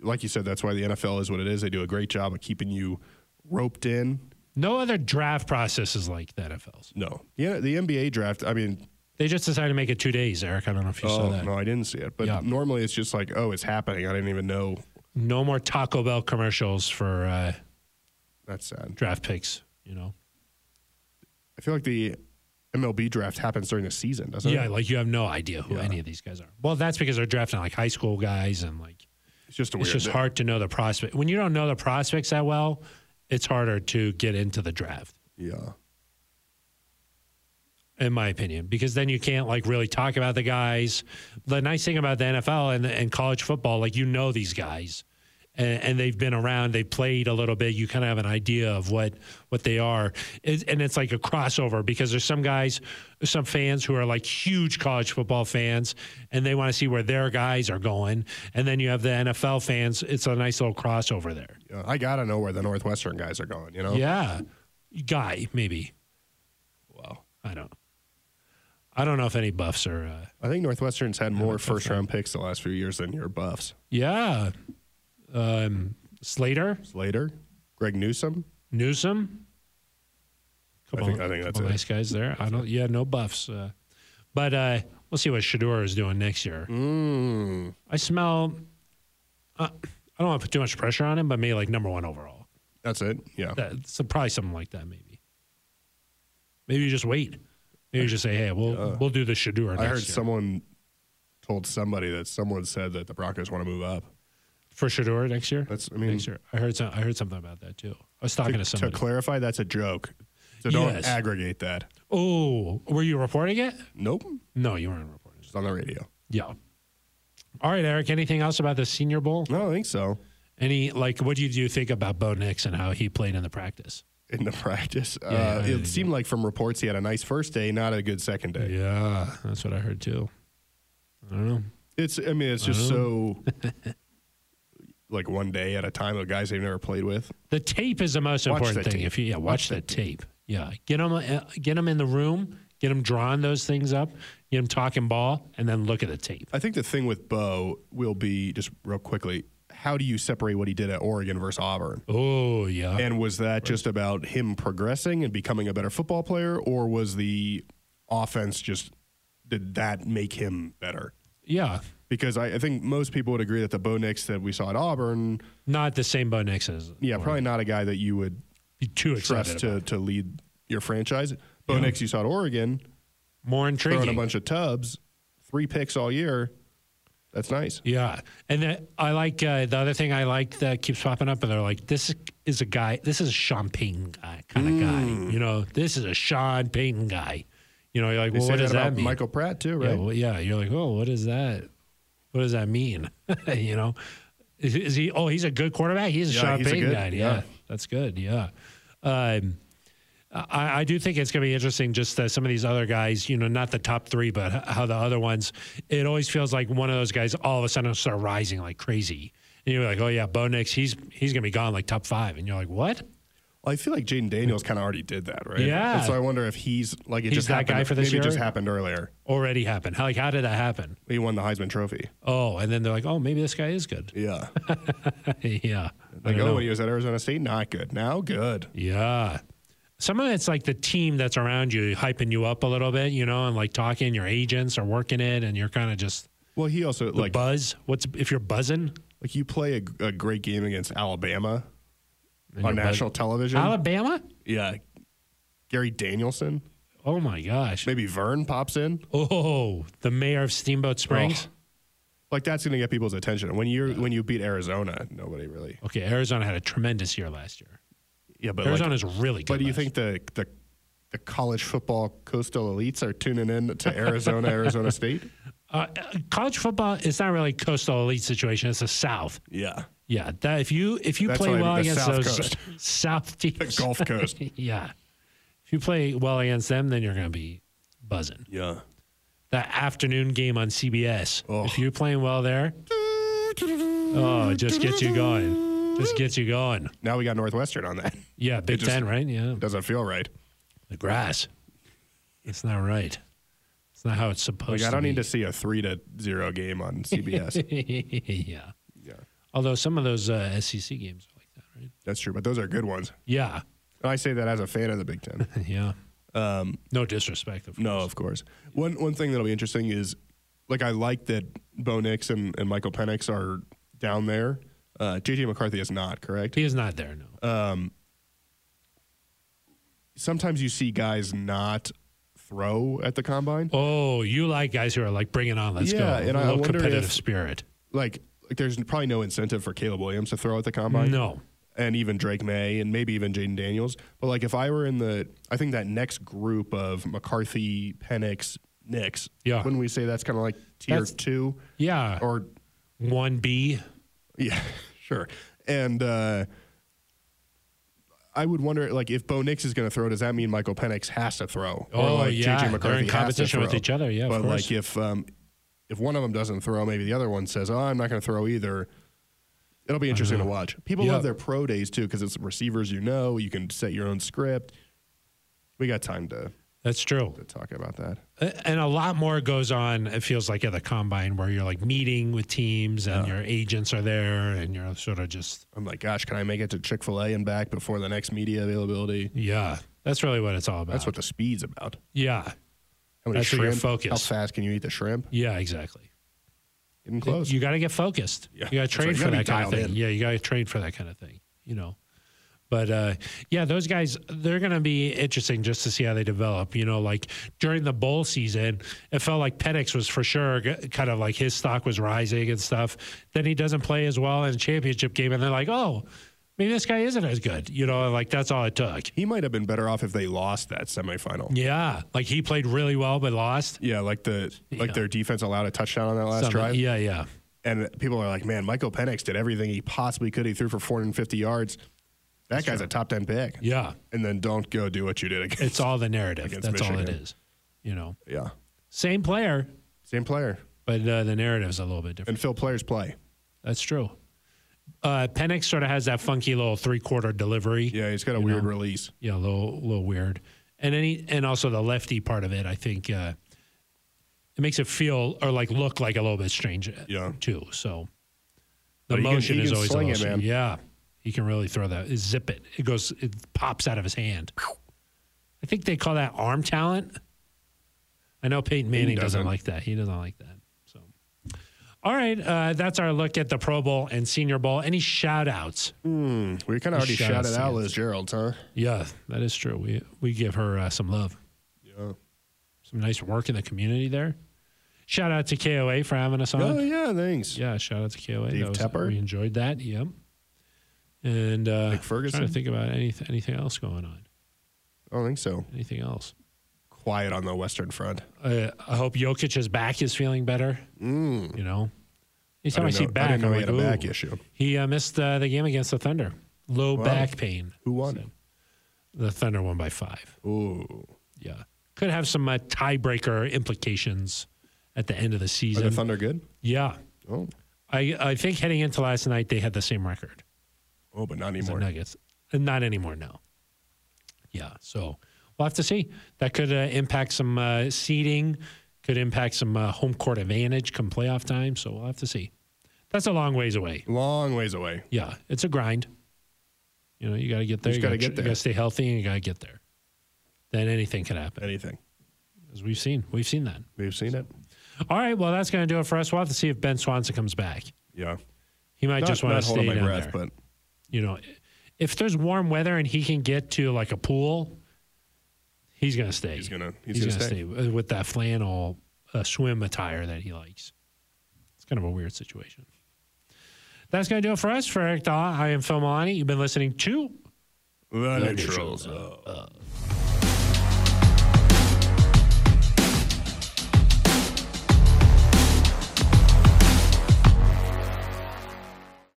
B: like you said, that's why the NFL is what it is. They do a great job of keeping you roped in.
A: No other draft process is like the NFL's.
B: No, yeah, the NBA draft. I mean,
A: They just decided to make it two days, Eric. I don't know if you saw
B: oh
A: that.
B: no, I didn't see it. But
A: Yeah.
B: normally it's just like, oh, it's happening. I didn't even know.
A: No more Taco Bell commercials for uh,
B: That's sad.
A: draft picks. You know,
B: I feel like the MLB draft happens during the season, doesn't
A: yeah,
B: it?
A: like you have no idea who
B: Yeah.
A: any of these guys are. Well, that's because they're drafting like high school guys, and like
B: It's just a
A: it's
B: weird.
A: just hard to know the prospect. When you don't know the prospects that well, it's harder to get into the draft,
B: Yeah,
A: in my opinion, because then you can't like really talk about the guys. The nice thing about the NFL and, and college football, like you know these guys. And, and they've been around. They played a little bit. You kind of have an idea of what what they are, It's and it's like a crossover because there's some guys, some fans who are like huge college football fans, and they want to see where their guys are going. And then you have the NFL fans. It's a nice little crossover there.
B: yeah. I gotta know where the Northwestern guys are going. You know.
A: Yeah. Guy, maybe.
B: Wow.
A: I don't. I don't know if any buffs are. Uh,
B: I think Northwestern's had more
A: that's right.
B: first round picks the last few years than your Buffs.
A: yeah. Um, Slater,
B: Slater, Greg Newsom.
A: Newsom.
B: I think- I think that's
A: couple
B: it.
A: nice guys there. I don't. Yeah, no buffs. Uh, but uh, we'll see what Shador is doing next year.
B: Mm.
A: I smell. Uh, I don't want to put too much pressure on him, but maybe like number one overall.
B: That's it. Yeah.
A: That's probably something like that. Maybe. Maybe you just wait. Maybe you just say, "Hey, we'll we'll do the Shador." Next
B: I heard
A: year.
B: someone told somebody that someone said that the Broncos want to move up.
A: for Shador next year.
B: That's I mean
A: Next year. I heard some, I heard something about that too. I was talking
B: to,
A: to
B: to
A: somebody.
B: clarify, that's a joke. So don't
A: Yes.
B: aggregate that.
A: oh, were you reporting it?
B: Nope.
A: No, you weren't reporting. it.
B: It's on the radio.
A: Yeah. All right, Eric. Anything else about the Senior Bowl?
B: I don't think so.
A: Any like, what do you, do you think about Bo Nix and how he played in the practice?
B: In the practice,
A: Yeah,
B: uh,
A: yeah,
B: it
A: yeah.
B: seemed like from reports he had a nice first day, not a good second day.
A: Yeah, that's what I heard too. I don't know.
B: It's I mean it's just
A: Oh.
B: so like one day at a time of guys they've never played with.
A: The tape is the most
B: Watch
A: important
B: the
A: thing.
B: tape.
A: If you yeah, watch, the, tape. Yeah, get them uh, get them in the room, get them drawing those things up, get them talking ball, and then look at the tape.
B: I think the thing with Bo will be just real quickly. How do you separate what he did at Oregon versus Auburn?
A: Oh yeah.
B: And was that just about him progressing and becoming a better football player, or was the offense just did that make him better?
A: Yeah,
B: because I, I think most people would agree that the Bo Nix that we saw at Auburn,
A: Not the same Bo Nix as.
B: yeah, probably not a guy that you would
A: Be too
B: trust
A: excited.
B: to,
A: about.
B: to lead your franchise. Bo
A: Yeah.
B: Nix you saw at Oregon,
A: More intriguing.
B: throwing a bunch of tubs, three picks all year. That's nice.
A: Yeah, and then I like uh, the other thing I like that keeps popping up, and they're like, "This is a guy. This is a Sean Payton guy, kind of
B: Mm.
A: guy. You know, this is a Sean Payton guy. You know, you're like,
B: They
A: well,
B: say
A: what does
B: about
A: that mean?
B: Michael Pratt too,
A: yeah,
B: right?
A: well, yeah, you're like, oh, what is that? What does that mean? you know, is, is he? Oh, he's a good quarterback. He's a
B: Yeah,
A: Sean
B: he's a
A: Payton
B: good-
A: guy. Yeah,
B: yeah.
A: that's good. Yeah. Um, I, I do think it's going to be interesting. Just uh, some of these other guys, you know, not the top three, but h- how the other ones. It always feels like one of those guys all of a sudden will start rising like crazy, and you're like, oh yeah, Bo Nix, he's he's going to be gone like top five, and you're like, what?
B: Well, I feel like Jaden Daniels kind of already did that, right?
A: Yeah.
B: And so I wonder if he's like it
A: He's
B: just
A: that
B: happened,
A: guy for this
B: maybe
A: year?
B: it just happened earlier.
A: Already happened. How, like how did that happen?
B: He won the Heisman Trophy.
A: Oh, and then they're like, oh, maybe this guy is good.
B: Yeah.
A: yeah. I
B: Like,
A: don't
B: oh,
A: know.
B: when he was at Arizona State, not good. Now good.
A: Yeah. Some of it's like the team that's around you hyping you up a little bit, you know, and like talking, your agents are working it and you're kind of just
B: Well, he also
A: the
B: like
A: buzz. What's if you're buzzing?
B: like you play a, a great game against Alabama
A: And
B: on
A: you're
B: national television.
A: Alabama?
B: yeah. Gary Danielson,
A: Oh my gosh.
B: maybe Vern pops in.
A: Oh, the mayor of Steamboat Springs.
B: Oh. Like that's going to get people's attention. When you are when you beat Arizona, nobody really.
A: Okay, Arizona had a tremendous year last year.
B: Yeah, but like,
A: Arizona's really good.
B: But do you
A: last
B: think the, the the college football coastal elites are tuning in to Arizona, Arizona State?
A: year. uh, college football it's not really coastal elite situation, it's the South.
B: Yeah,
A: Yeah, that if you if you
B: That's
A: play
B: what I mean,
A: well
B: the
A: against
B: South
A: those
B: Coast.
A: South teams,
B: the Gulf Coast.
A: yeah. If you play well against them, then you're going to be buzzing.
B: yeah.
A: That afternoon game on CBS.
B: Oh.
A: If you're playing well there, oh, it just gets you going. Just gets you going.
B: Now we got Northwestern on that.
A: Yeah, Big
B: just-
A: Ten, right? Yeah,
B: Doesn't feel right.
A: the grass. It's not right. It's not how it's
B: Like
A: supposed
B: I
A: to
B: don't
A: be.
B: need to see a three to zero game on CBS.
A: yeah. Although some of those uh, SEC games are like that, right?
B: That's true, but those are good ones.
A: Yeah.
B: And I say that as a fan of the Big Ten.
A: Yeah. no disrespect, of course.
B: Um, No, of course. One one thing that'll be interesting is, like, I like that Bo Nix and, and Michael Penix are down there. Uh, JJ McCarthy is not correct.
A: He is not there, no.
B: sometimes you see guys not throw at the combine.
A: Oh, you like guys who are like bringing on, let's go.
B: Yeah, and
A: a
B: I
A: little
B: wonder
A: competitive
B: if-
A: spirit.
B: Like, like there's probably no incentive for Caleb Williams to throw at the combine.
A: No.
B: And even Drake May and maybe even Jaden Daniels. But like if I were in the I think that next group of McCarthy, Penix, Nix,
A: Yeah.
B: wouldn't we say that's kind of like tier
A: That's-
B: two?
A: Yeah.
B: Or
A: one B.
B: yeah, sure. And uh I would wonder, like, if Bo Nix is going to throw, does that mean Michael Penix has to throw?
A: Oh,
B: like,
A: yeah. They're in
B: has to
A: competition with
B: throw?
A: each other, yeah, of
B: but
A: course.
B: like if um, if one of them doesn't throw, maybe the other one says, "Oh, I'm not going to throw either." It'll be interesting to watch. People
A: Yep.
B: love their pro days too because it's receivers you know. You can set your own script. We got time to,
A: That's true.
B: to talk about that.
A: A- uh, And a lot more goes on, it feels like, at the combine where you're like meeting with teams and your agents are there and you're sort of just,
B: I'm like, gosh, can I make it to Chick Fil A and back before the next media availability?
A: yeah. That's really what it's all about.
B: That's what the speed's about.
A: Yeah.
B: How
A: That's
B: many
A: where
B: shrimp?
A: you're
B: How
A: focused.
B: fast can you eat the shrimp?
A: Yeah, exactly.
B: Getting close.
A: You got to get focused.
B: Yeah,
A: You got to
B: that's
A: train
B: right. You
A: for
B: gotta
A: that
B: be
A: kind of
B: dialed
A: thing.
B: in.
A: Yeah, you got to train for that kind of thing, you know. But uh, yeah, those guys, they're going to be interesting just to see how they develop. You know, like during the bowl season, it felt like Penix was for sure g- kind of like his stock was rising and stuff. Then he doesn't play as well in the championship game, and they're like, oh, maybe this guy isn't as good. You know, and, like that's all it took.
B: he might have been better off if they lost that semifinal.
A: Yeah, like he played really well but lost.
B: Yeah, like the like
A: Yeah.
B: their defense allowed a touchdown on that last
A: Some-
B: drive.
A: Yeah, yeah.
B: and people are like, "Man, Michael Penix did everything he possibly could. He threw for 450 yards. That guy's a top 10 pick."
A: Yeah.
B: And then don't go do what you did again.
A: It's all the narrative.
B: Against
A: That's all it
B: Michigan.
A: is. You know,
B: yeah,
A: same player,
B: same player.
A: but uh, the narrative's a little bit different.
B: And Phil players play.
A: That's true. Uh, Penix sort of has that funky little three quarter delivery.
B: Yeah, he's got a weird release.
A: Yeah, a little, little weird. And any, and also the lefty part of it, I think uh, it makes it feel or like look like a little bit strange uh,
B: Yeah.
A: too. So the
B: But he can-
A: motion
B: he
A: is
B: can
A: always a
B: sling
A: little
B: it,
A: strange.
B: man.
A: Yeah, he can really throw that zip it. It goes, it pops out of his hand. I think they call that arm talent. I know Peyton Manning doesn't
B: doesn't.
A: like that. He doesn't like that. So, All right, uh, that's our look at the Pro Bowl and Senior Bowl. Any shout outs? Hmm.
B: We kind of already
A: Shout out
B: shouted out
A: Sands.
B: Liz Gerald, huh?
A: Yeah, that is true. We we give her uh, some love,
B: Yeah.
A: some nice work in the community there. Shout out to KOA for having us on.
B: Oh yeah, thanks.
A: Yeah, shout out to KOA.
B: Dave
A: That was-
B: Tepper.
A: We enjoyed that. Yep. And uh,
B: Nick Ferguson.
A: Trying to think about anything anything else going on.
B: I don't think so.
A: Anything else?
B: Quiet on the Western Front.
A: Uh, I hope Jokic's back is feeling better.
B: Hmm.
A: You know,
B: I
A: anytime I,
B: didn't
A: see
B: know- I
A: back,
B: didn't know
A: I'm
B: he
A: like,
B: had a back
A: "Ooh."
B: issue.
A: He uh, missed uh, the game against the Thunder. Low back pain.
B: Who won?
A: The Thunder won by five.
B: Ooh.
A: Yeah, could have some uh, tiebreaker implications at the end of the
B: Are the
A: season.
B: Thunder good?
A: yeah,
B: Oh,
A: I I think heading into last night they had the same record.
B: oh, but not
A: as the
B: anymore.
A: Nuggets. Uh, Not anymore, no. Yeah, so we'll have to see. That could uh, impact some uh, seeding, could impact some uh, home court advantage come playoff time. So we'll have to see. That's a long ways away.
B: Long ways away.
A: Yeah, it's a grind. You know, you got to get there.
B: just
A: got to
B: gotta get
A: You
B: there.
A: got to stay healthy, and you got to get there. Then anything can happen,
B: Anything
A: as we've seen. We've seen that.
B: we've seen it.
A: All right, well, that's going to do it for us. We'll have to see if Ben Swanson comes back.
B: Yeah.
A: He might
B: not,
A: just want to
B: not
A: stay
B: holding my
A: down
B: breath,
A: there.
B: but
A: you know, if there's warm weather and he can get to like a pool, he's gonna stay.
B: he's gonna he's,
A: He's
B: gonna, stay.
A: w- with that flannel uh, swim attire that he likes. It's kind of a weird situation. That's gonna do it for us. For Eric Daw, I am Phil Milani. You've been listening to
B: The neutrals.
A: uh,